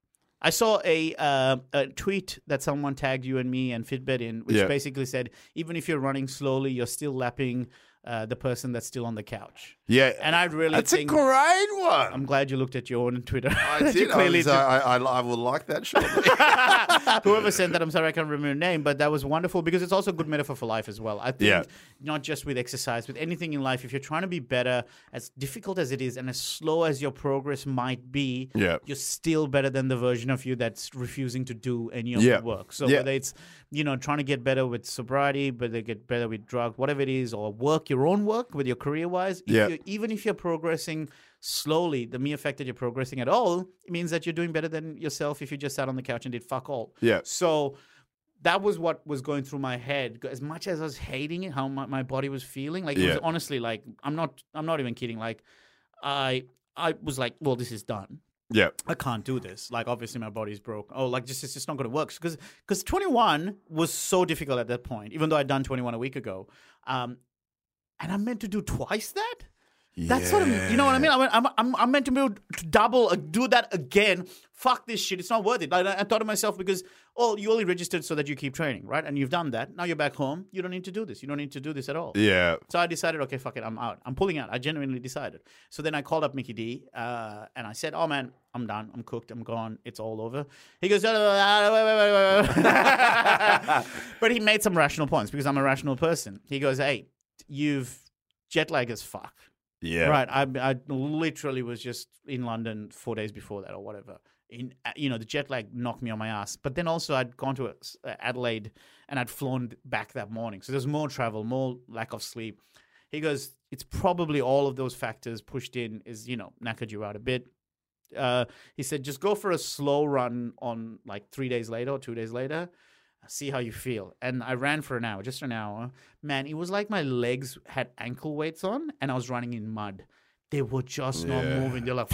[SPEAKER 3] I saw a, uh, a tweet that someone tagged you and me and Fitbit in, which
[SPEAKER 2] Yeah.
[SPEAKER 3] basically said, even if you're running slowly, you're still lapping uh, the person that's still on the couch.
[SPEAKER 2] Yeah,
[SPEAKER 3] And I really
[SPEAKER 2] that's a
[SPEAKER 3] think
[SPEAKER 2] great one.
[SPEAKER 3] I'm glad you looked at your own Twitter.
[SPEAKER 2] I
[SPEAKER 3] You
[SPEAKER 2] did. I,
[SPEAKER 3] clearly
[SPEAKER 2] was, I, I, I will like that shortly.
[SPEAKER 3] Whoever sent that, I'm sorry I can't remember your name, but that was wonderful because it's also a good metaphor for life as well. I think
[SPEAKER 2] Yeah.
[SPEAKER 3] not just with exercise, with anything in life, if you're trying to be better, as difficult as it is and as slow as your progress might be,
[SPEAKER 2] Yeah.
[SPEAKER 3] you're still better than the version of you that's refusing to do any of
[SPEAKER 2] Yeah.
[SPEAKER 3] the work. So
[SPEAKER 2] Yeah.
[SPEAKER 3] whether it's, you know, trying to get better with sobriety, but they get better with drugs, whatever it is, or work, your own work with your career wise, if
[SPEAKER 2] Yeah.
[SPEAKER 3] you- even if you're progressing slowly, the mere fact that you're progressing at all means that you're doing better than yourself if you just sat on the couch and did fuck all.
[SPEAKER 2] Yeah.
[SPEAKER 3] So that was what was going through my head. As much as I was hating it, how my, my body was feeling, like it
[SPEAKER 2] Yeah.
[SPEAKER 3] was honestly like I'm not I'm not even kidding. Like I I was like, well, this is done.
[SPEAKER 2] yeah,
[SPEAKER 3] I can't do this. Like, obviously, my body's broke. Oh, like, just it's just not going to work. Because because 21 was so difficult at that point. Even though I'd done 21 a week ago, um, and I'm meant to do twice that. That's what I'm, you know what I mean. I went, I'm, I'm, I'm meant to build to double, uh, do that again. Fuck this shit. It's not worth it. Like, I, I thought to myself because, oh, you only registered so that you keep training, right? And you've done that. Now you're back home. You don't need to do this. You don't need to do this at all.
[SPEAKER 2] Yeah.
[SPEAKER 3] So I decided, okay, fuck it, I'm out. I'm pulling out. I genuinely decided. So then I called up Mickey D uh, and I said, oh man, I'm done. I'm cooked. I'm gone. It's all over. He goes, "Ah, ah, ah, ah, ah, ah." but he made some rational points because I'm a rational person. He goes, hey, you've jet lag as fuck.
[SPEAKER 2] Yeah.
[SPEAKER 3] Right. I, I literally was just in London four days before that or whatever. In uh, you know the jet lag knocked me on my ass, but then also I'd gone to uh, Adelaide and I'd flown back that morning, so there's more travel, more lack of sleep. He goes, it's probably all of those factors pushed in is you know knackered you out a bit. Uh, he said just go for a slow run on like three days later or two days later, see how you feel. And I ran for an hour, just an hour. Man, it was like my legs had ankle weights on and I was running in mud. They were just not
[SPEAKER 2] Yeah.
[SPEAKER 3] moving. They're like,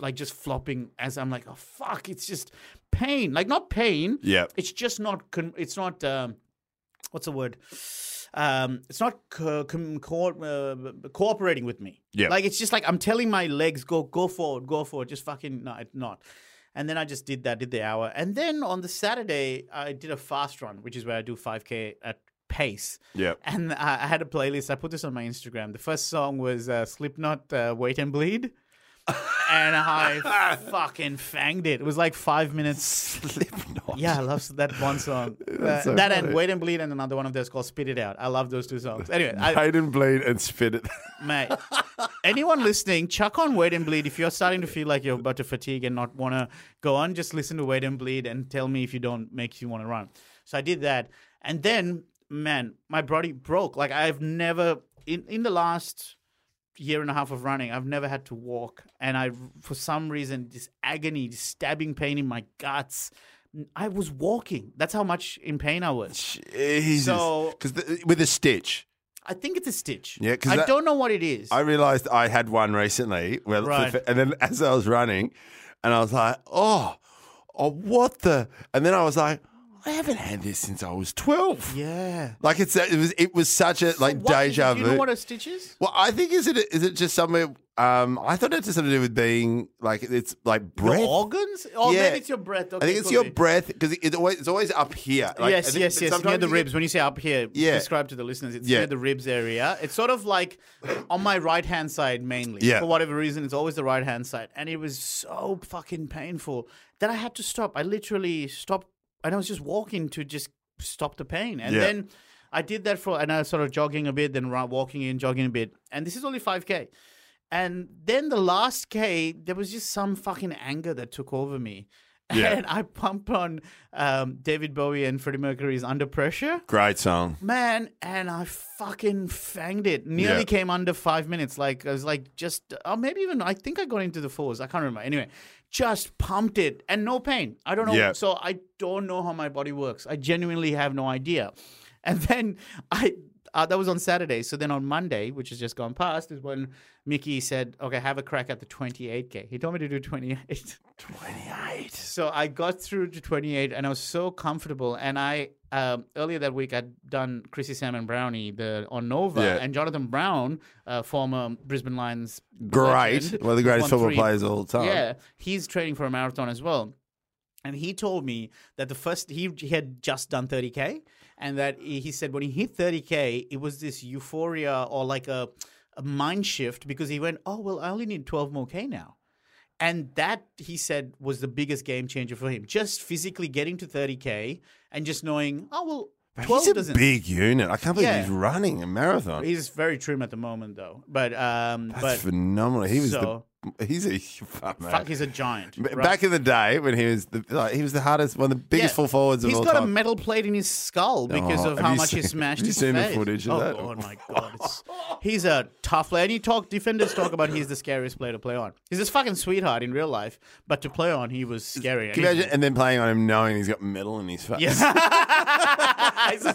[SPEAKER 3] like just flopping as I'm like, oh fuck, it's just pain. Like not pain.
[SPEAKER 2] Yeah.
[SPEAKER 3] It's just not. Con- it's not. Um, what's the word? Um, it's not co- com- co- uh, cooperating with me.
[SPEAKER 2] Yeah.
[SPEAKER 3] Like it's just like I'm telling my legs, go, go forward, go forward. Just fucking no, it's not. And then I just did that, did the hour, and then on the Saturday I did a fast run, which is where I do 5k at pace.
[SPEAKER 2] Yeah.
[SPEAKER 3] And I, I had a playlist. I put this on my Instagram. The first song was uh, Slipknot, uh, "Wait and Bleed." and I fucking fanged it. It was like five minutes
[SPEAKER 2] Slipknot.
[SPEAKER 3] yeah, I love that one song. Uh,
[SPEAKER 2] so
[SPEAKER 3] that and
[SPEAKER 2] funny.
[SPEAKER 3] Wait and Bleed and another one of those called Spit It Out. I love those two songs. Anyway, I,
[SPEAKER 2] Paid and bleed and spit it.
[SPEAKER 3] mate, anyone listening, chuck on Wait and Bleed. If you're starting to feel like you're about to fatigue and not want to go on, just listen to Wait and Bleed and tell me if you don't make you want to run. So I did that. And then, man, my body broke. Like I've never, in, in the last year and a half of running, I've never had to walk. And I, for some reason, this agony, this stabbing pain in my guts. I was walking. That's how much in pain I was.
[SPEAKER 2] Jesus.
[SPEAKER 3] So-
[SPEAKER 2] Cause the, with a stitch.
[SPEAKER 3] I think it's a stitch.
[SPEAKER 2] Yeah, 'cause
[SPEAKER 3] I
[SPEAKER 2] that-
[SPEAKER 3] don't know what it is.
[SPEAKER 2] I realized I had one recently. Well,
[SPEAKER 3] Right.
[SPEAKER 2] and then as I was running, and I was like, oh, oh, what the? And then I was like, I haven't had this since I was 12.
[SPEAKER 3] yeah.
[SPEAKER 2] Like it's it was it was such a like
[SPEAKER 3] What is it?
[SPEAKER 2] deja
[SPEAKER 3] Do
[SPEAKER 2] vu.
[SPEAKER 3] you know what a stitch is?
[SPEAKER 2] well, I think is it is it just somewhere? Um, I thought it had something to do with being like it's like breath.
[SPEAKER 3] Your organs? Oh,
[SPEAKER 2] Yeah.
[SPEAKER 3] maybe it's your breath.
[SPEAKER 2] I
[SPEAKER 3] Okay,
[SPEAKER 2] think it's
[SPEAKER 3] could
[SPEAKER 2] your
[SPEAKER 3] be.
[SPEAKER 2] breath because it, it always, it's always up here. Like, I
[SPEAKER 3] yes,
[SPEAKER 2] think-
[SPEAKER 3] yes,
[SPEAKER 2] but
[SPEAKER 3] yes. Near
[SPEAKER 2] sometimes
[SPEAKER 3] the
[SPEAKER 2] you
[SPEAKER 3] ribs.
[SPEAKER 2] get-
[SPEAKER 3] When you say up here,
[SPEAKER 2] Yeah.
[SPEAKER 3] describe to the listeners. It's
[SPEAKER 2] Yeah.
[SPEAKER 3] near the ribs area. It's sort of like on my right hand side mainly.
[SPEAKER 2] Yeah.
[SPEAKER 3] For whatever reason, it's always the right hand side, and it was so fucking painful that I had to stop. I literally stopped, and I was just walking to just stop the pain, and
[SPEAKER 2] Yeah.
[SPEAKER 3] then. I did that for, and I was sort of jogging a bit, then ra- walking in, jogging a bit. And this is only 5K. And then the last K, there was just some fucking anger that took over me.
[SPEAKER 2] Yeah.
[SPEAKER 3] And I pumped on um, David Bowie and Freddie Mercury's Under Pressure.
[SPEAKER 2] great song.
[SPEAKER 3] Man, and I fucking fanged it. Nearly
[SPEAKER 2] Yeah.
[SPEAKER 3] came under five minutes. Like, I was like, just, oh, maybe even, I think I got into the fours. I can't remember. Anyway, just pumped it and no pain. I don't know.
[SPEAKER 2] Yeah.
[SPEAKER 3] So I don't know how my body works. I genuinely have no idea. And then I, uh, that was on Saturday. So then on Monday, which has just gone past, is when Mickey said, okay, have a crack at the 28K. He told me to do 28.
[SPEAKER 2] Twenty eight.
[SPEAKER 3] So I got through to 28 and I was so comfortable. And I, um, earlier that week, I'd done Chrissy Salmon Brownie the, on Nova
[SPEAKER 2] Yeah.
[SPEAKER 3] and Jonathan Brown, uh, former Brisbane Lions.
[SPEAKER 2] Great,
[SPEAKER 3] legend,
[SPEAKER 2] one of the greatest
[SPEAKER 3] won
[SPEAKER 2] football
[SPEAKER 3] three-
[SPEAKER 2] players of all time.
[SPEAKER 3] Yeah, he's training for a marathon as well. And he told me that the first, he, he had just done 30K. And that he he said when he hit 30K, it was this euphoria or like a, a mind shift because he went, oh, well, I only need 12 more K now. And that he said was the biggest game changer for him. Just physically getting to 30k and just knowing, oh well, 12
[SPEAKER 2] He's a
[SPEAKER 3] doesn't.
[SPEAKER 2] big unit. I can't believe
[SPEAKER 3] Yeah.
[SPEAKER 2] he's running a marathon.
[SPEAKER 3] He's very trim at the moment though, but um,
[SPEAKER 2] That's
[SPEAKER 3] but
[SPEAKER 2] phenomenal. He was
[SPEAKER 3] so-
[SPEAKER 2] the he's a fuck, man.
[SPEAKER 3] fuck, he's a giant.
[SPEAKER 2] B-
[SPEAKER 3] right?
[SPEAKER 2] Back in the day when he was the like, he was the hardest one of the biggest
[SPEAKER 3] Yeah.
[SPEAKER 2] full forwards of
[SPEAKER 3] He's
[SPEAKER 2] all
[SPEAKER 3] got a
[SPEAKER 2] time.
[SPEAKER 3] metal plate in his skull because
[SPEAKER 2] Oh,
[SPEAKER 3] of
[SPEAKER 2] have
[SPEAKER 3] how
[SPEAKER 2] you
[SPEAKER 3] much he
[SPEAKER 2] seen-
[SPEAKER 3] smashed
[SPEAKER 2] have you
[SPEAKER 3] his
[SPEAKER 2] seen the
[SPEAKER 3] face.
[SPEAKER 2] footage of
[SPEAKER 3] oh,
[SPEAKER 2] that?
[SPEAKER 3] Oh my god, it's, he's a tough player. And he talk defenders talk about he's the scariest player to play on. He's this fucking sweetheart in real life, but to play on, he was scary. And
[SPEAKER 2] Can you
[SPEAKER 3] he's-
[SPEAKER 2] imagine? And then playing on him knowing he's got metal in his face.
[SPEAKER 3] Yeah, he's a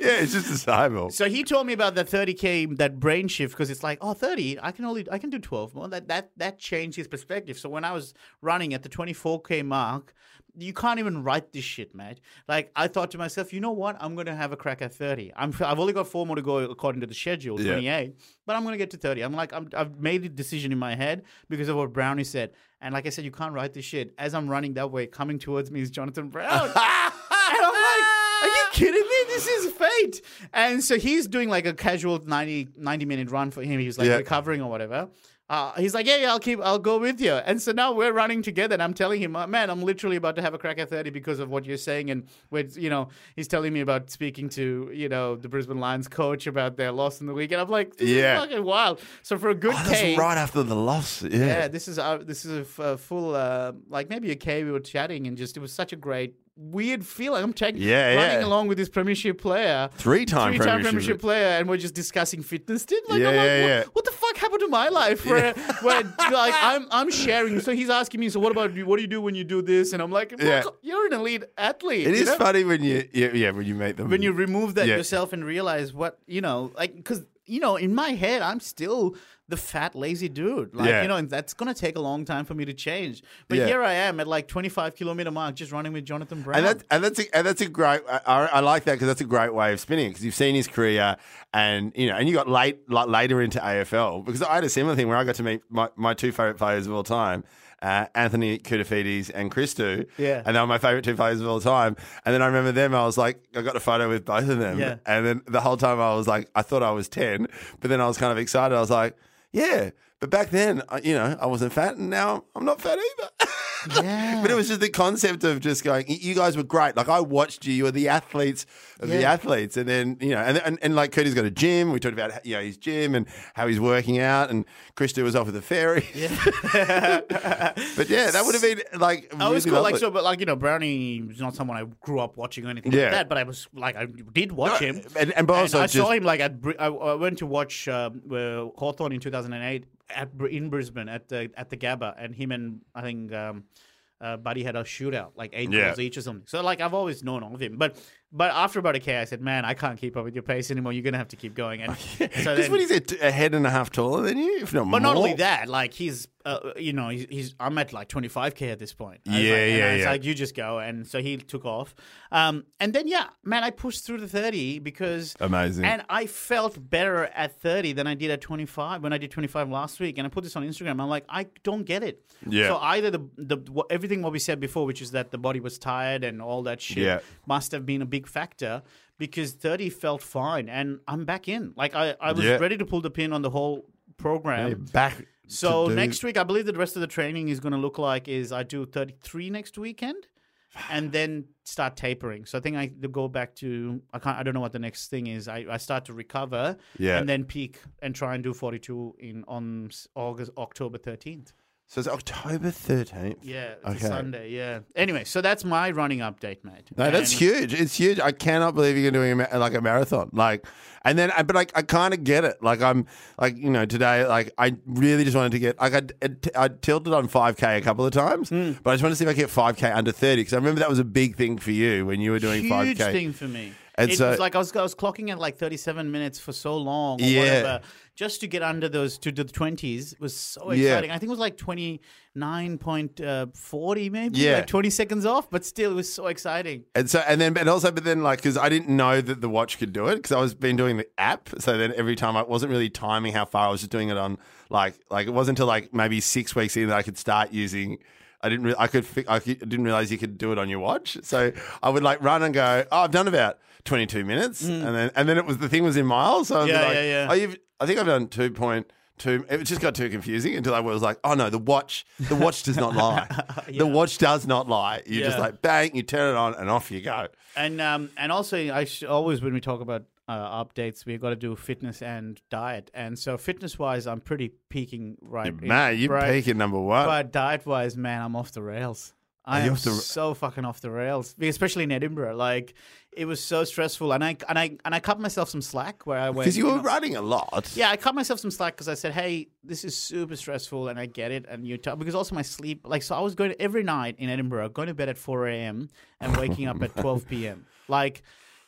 [SPEAKER 2] yeah, it's just a cyborg.
[SPEAKER 3] So he told me about the 30k that brain shift because it's like oh 30 I can only I can do 12 more that that that that changed his perspective. So when I was running at the 24k mark, you can't even write this shit, mate. Like I thought to myself, you know what? I'm gonna have a crack at 30. I'm I've only got four more to go according to the schedule,
[SPEAKER 2] Yeah.
[SPEAKER 3] 28. But I'm gonna get to 30. I'm like I'm, I've made a decision in my head because of what Brownie said. And like I said, you can't write this shit. As I'm running that way, coming towards me is Jonathan Brown. And I'm like, are you kidding me? This is fate. And so he's doing like a casual 90, 90 minute run for him. He was like
[SPEAKER 2] Yeah.
[SPEAKER 3] recovering or whatever. Uh, he's like, yeah, yeah, I'll keep, I'll go with you. And so now we're running together, and I'm telling him, uh, man, I'm literally about to have a crack at thirty because of what you're saying, and we're, you know, he's telling me about speaking to, you know, the Brisbane Lions coach about their loss in the weekend. I'm like, this
[SPEAKER 2] Yeah.
[SPEAKER 3] yeah, is fucking wild. So for a good
[SPEAKER 2] Oh,
[SPEAKER 3] K,
[SPEAKER 2] that's right after the loss.
[SPEAKER 3] yeah,
[SPEAKER 2] Yeah.
[SPEAKER 3] this is uh, this is a f- a full uh, like maybe a K we were chatting and just it was such a great weird feeling. I'm taking
[SPEAKER 2] Yeah,
[SPEAKER 3] running
[SPEAKER 2] yeah.
[SPEAKER 3] along with this premiership player,
[SPEAKER 2] Three-time
[SPEAKER 3] three-time
[SPEAKER 2] premiership-
[SPEAKER 3] premiership. player, and we're just discussing fitness. Did like,
[SPEAKER 2] Yeah,
[SPEAKER 3] I'm like
[SPEAKER 2] yeah,
[SPEAKER 3] what,
[SPEAKER 2] yeah.
[SPEAKER 3] what the fuck happened to my life? Where where like I'm I'm sharing. So he's asking me, so what about you? What do you do when you do this? And I'm like, well,
[SPEAKER 2] Yeah.
[SPEAKER 3] you're an elite athlete.
[SPEAKER 2] It
[SPEAKER 3] you
[SPEAKER 2] is
[SPEAKER 3] know?
[SPEAKER 2] funny when you, yeah, yeah, when you meet them.
[SPEAKER 3] when you remove that
[SPEAKER 2] Yeah.
[SPEAKER 3] yourself and realize what you know like because you know in my head i'm still the fat lazy dude like
[SPEAKER 2] Yeah.
[SPEAKER 3] you know and that's gonna take a long time for me to change but
[SPEAKER 2] Yeah.
[SPEAKER 3] here i am at like 25 kilometer mark just running with jonathan brown
[SPEAKER 2] And that's and that's a, and that's a great. I, I I like that because that's a great way of spinning because you've seen his career and you know and you got late like later into AFL because I had a similar thing where I got to meet my, my two favorite players of all time. Uh, Anthony Koutafidis and Christou,
[SPEAKER 3] Yeah.
[SPEAKER 2] and they were my favorite two players of all time. And then I remember them. I was like, I got a photo with both of them,
[SPEAKER 3] Yeah.
[SPEAKER 2] and then the whole time I was like, I thought I was ten, but then I was kind of excited. I was like, yeah, but back then, I, you know, I wasn't fat, and now I'm not fat either.
[SPEAKER 3] Yeah.
[SPEAKER 2] but it was just the concept of just going. "Y- You guys were great. Like I watched you. You were the athletes of the
[SPEAKER 3] Yeah.
[SPEAKER 2] athletes, and then you know, and, and and like Curtis got a gym. We talked about how- you know his gym and how he's working out, and Krista was off with the ferry. but yeah, that would have been like.
[SPEAKER 3] I was
[SPEAKER 2] really
[SPEAKER 3] Oh, cool, like
[SPEAKER 2] lovely.
[SPEAKER 3] so, but like you know, Brownie is not someone I grew up watching or anything
[SPEAKER 2] Yeah.
[SPEAKER 3] like that. But I was like, I did watch him,
[SPEAKER 2] and- and but also
[SPEAKER 3] I saw
[SPEAKER 2] just-
[SPEAKER 3] him like at. Bri- I, I went to watch um, uh, Hawthorn in 2008 at Br- in Brisbane at the at the Gabba, and him and I think um, uh, Buddy had a shootout, like eight
[SPEAKER 2] Yeah.
[SPEAKER 3] goals each or something. So like I've always known of him, but but after about a K, I said, man, I can't keep up with your pace anymore. You're gonna have to keep going. And so
[SPEAKER 2] Because
[SPEAKER 3] then,
[SPEAKER 2] what is it? A head and a half taller than you, if not more.
[SPEAKER 3] but not only that, like he's, uh, you know, he's, he's I'm at like 25k at this point. I was
[SPEAKER 2] Yeah,
[SPEAKER 3] like, and
[SPEAKER 2] yeah,
[SPEAKER 3] I was
[SPEAKER 2] yeah.
[SPEAKER 3] Like you just go, and so he took off, um, and then yeah, man, I pushed through the 30 because
[SPEAKER 2] Amazing.
[SPEAKER 3] and I felt better at 30 than I did at 25 when I did 25 last week, and I put this on Instagram. I'm like, I don't get it.
[SPEAKER 2] Yeah.
[SPEAKER 3] So either the the what, everything what we said before, which is that the body was tired and all that shit,
[SPEAKER 2] Yeah.
[SPEAKER 3] must have been a big factor. Because 30 felt fine, and I'm back in. Like I, I was
[SPEAKER 2] Yeah.
[SPEAKER 3] ready to pull the pin on the whole program.
[SPEAKER 2] Hey, back. to
[SPEAKER 3] So
[SPEAKER 2] do-
[SPEAKER 3] next week, I believe the rest of the training is going to look like is I do 33 next weekend, and then start tapering. So I think I go back to I can't I don't know what the next thing is. I, I start to recover,
[SPEAKER 2] Yeah.
[SPEAKER 3] and then peak and try and do 42 in on s- August October 13th.
[SPEAKER 2] So it's October thirteenth.
[SPEAKER 3] Yeah, it's
[SPEAKER 2] Okay.
[SPEAKER 3] a Sunday. Yeah. Anyway, so that's my running update, mate.
[SPEAKER 2] No, that's
[SPEAKER 3] And-
[SPEAKER 2] huge. It's huge. I cannot believe you're doing a ma- like a marathon. Like, and then, I- but like, I kind of get it. Like, I'm like, you know, today, like, I really just wanted to get like, I, I, I tilted on 5K a couple of times,
[SPEAKER 3] Hmm.
[SPEAKER 2] but I just wanted to see if I could get 5K under 30 because I remember that was a big thing for you when you were doing
[SPEAKER 3] huge
[SPEAKER 2] 5K.
[SPEAKER 3] thing for me.
[SPEAKER 2] And
[SPEAKER 3] it
[SPEAKER 2] so-
[SPEAKER 3] was like I was, I was clocking at like 37 minutes for so long or
[SPEAKER 2] Yeah.
[SPEAKER 3] whatever. Just to get under those to the 20s was so
[SPEAKER 2] Yeah.
[SPEAKER 3] exciting. I think it was like 29.40 maybe,
[SPEAKER 2] Yeah.
[SPEAKER 3] like 20 seconds off, but still it was so exciting.
[SPEAKER 2] And so, and then, but also, but then, like, because I didn't know that the watch could do it because I was been doing the app. So then every time I wasn't really timing how far I was just doing it on, like, like it wasn't until like maybe six weeks in that I could start using. I didn't. Re- I could. Fi- I could- didn't realize you could do it on your watch. So I would like run and go. Oh, I've done about twenty two minutes, and then and then it was the thing was in miles. So I was
[SPEAKER 3] Mm. Yeah,
[SPEAKER 2] like,
[SPEAKER 3] yeah, yeah.
[SPEAKER 2] Oh, you've, I think I've done two point two. It just got too confusing until I was like, oh no, the watch. The watch does not lie. The watch does not lie. You just
[SPEAKER 3] Yeah.
[SPEAKER 2] like bang, you turn it on, and off you go.
[SPEAKER 3] And um and also I sh- always when we talk about uh, updates, we've got to do fitness and diet. And so fitness wise, I'm pretty peaking right. in-
[SPEAKER 2] Man, you
[SPEAKER 3] right-
[SPEAKER 2] peak at number one.
[SPEAKER 3] But diet wise, man, I'm off the rails.
[SPEAKER 2] Uh,
[SPEAKER 3] I
[SPEAKER 2] you
[SPEAKER 3] am
[SPEAKER 2] off the-
[SPEAKER 3] so fucking off the rails, especially in Edinburgh. Like, it was so stressful, and I and I and I cut myself some slack where I went
[SPEAKER 2] because you
[SPEAKER 3] you
[SPEAKER 2] were
[SPEAKER 3] know-
[SPEAKER 2] running a lot.
[SPEAKER 3] yeah, I cut myself some slack because I said, "Hey, this is super stressful, and I get it." And you t- because also my sleep, like, so I was going to, every night in Edinburgh, going to bed at four a.m. and waking up at twelve p.m. Like,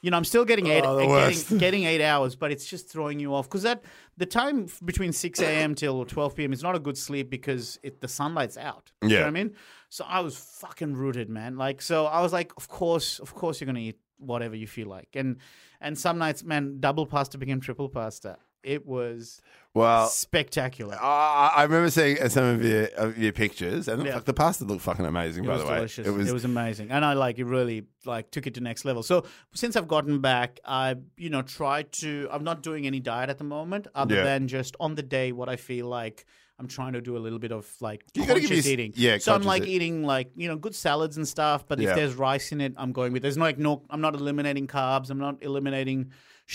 [SPEAKER 3] you know, I'm still getting eight,
[SPEAKER 2] Oh, the
[SPEAKER 3] uh,
[SPEAKER 2] worst.
[SPEAKER 3] getting, getting eight hours, but it's just throwing you off because that the time f- between 6 a.m. till 12 p.m. is not a good sleep because it, the sunlight's out. You know
[SPEAKER 2] Yeah.
[SPEAKER 3] what I mean? So I was fucking rooted, man. Like, so I was like, of course, of course, you're gonna eat whatever you feel like, and and some nights, man, double pasta became triple pasta. It was
[SPEAKER 2] Well,
[SPEAKER 3] spectacular.
[SPEAKER 2] I, I remember seeing uh, some of your of your pictures, and
[SPEAKER 3] Yeah.
[SPEAKER 2] fuck, the pasta looked fucking amazing. by
[SPEAKER 3] it was
[SPEAKER 2] the way,
[SPEAKER 3] delicious. It was, amazing, and I like it. Really, like took it to next level. So since I've gotten back, I you know try to. I'm not doing any diet at the moment, other
[SPEAKER 2] Yeah.
[SPEAKER 3] than just on the day what I feel like. I'm trying to do a little bit of like
[SPEAKER 2] You gotta give
[SPEAKER 3] conscious
[SPEAKER 2] you-
[SPEAKER 3] eating.
[SPEAKER 2] yeah,
[SPEAKER 3] so I'm
[SPEAKER 2] conscious
[SPEAKER 3] like
[SPEAKER 2] eat-
[SPEAKER 3] eating like you know good salads and stuff. But
[SPEAKER 2] Yeah.
[SPEAKER 3] if there's rice in it, I'm going with. There's no like no. I'm not eliminating carbs. I'm not eliminating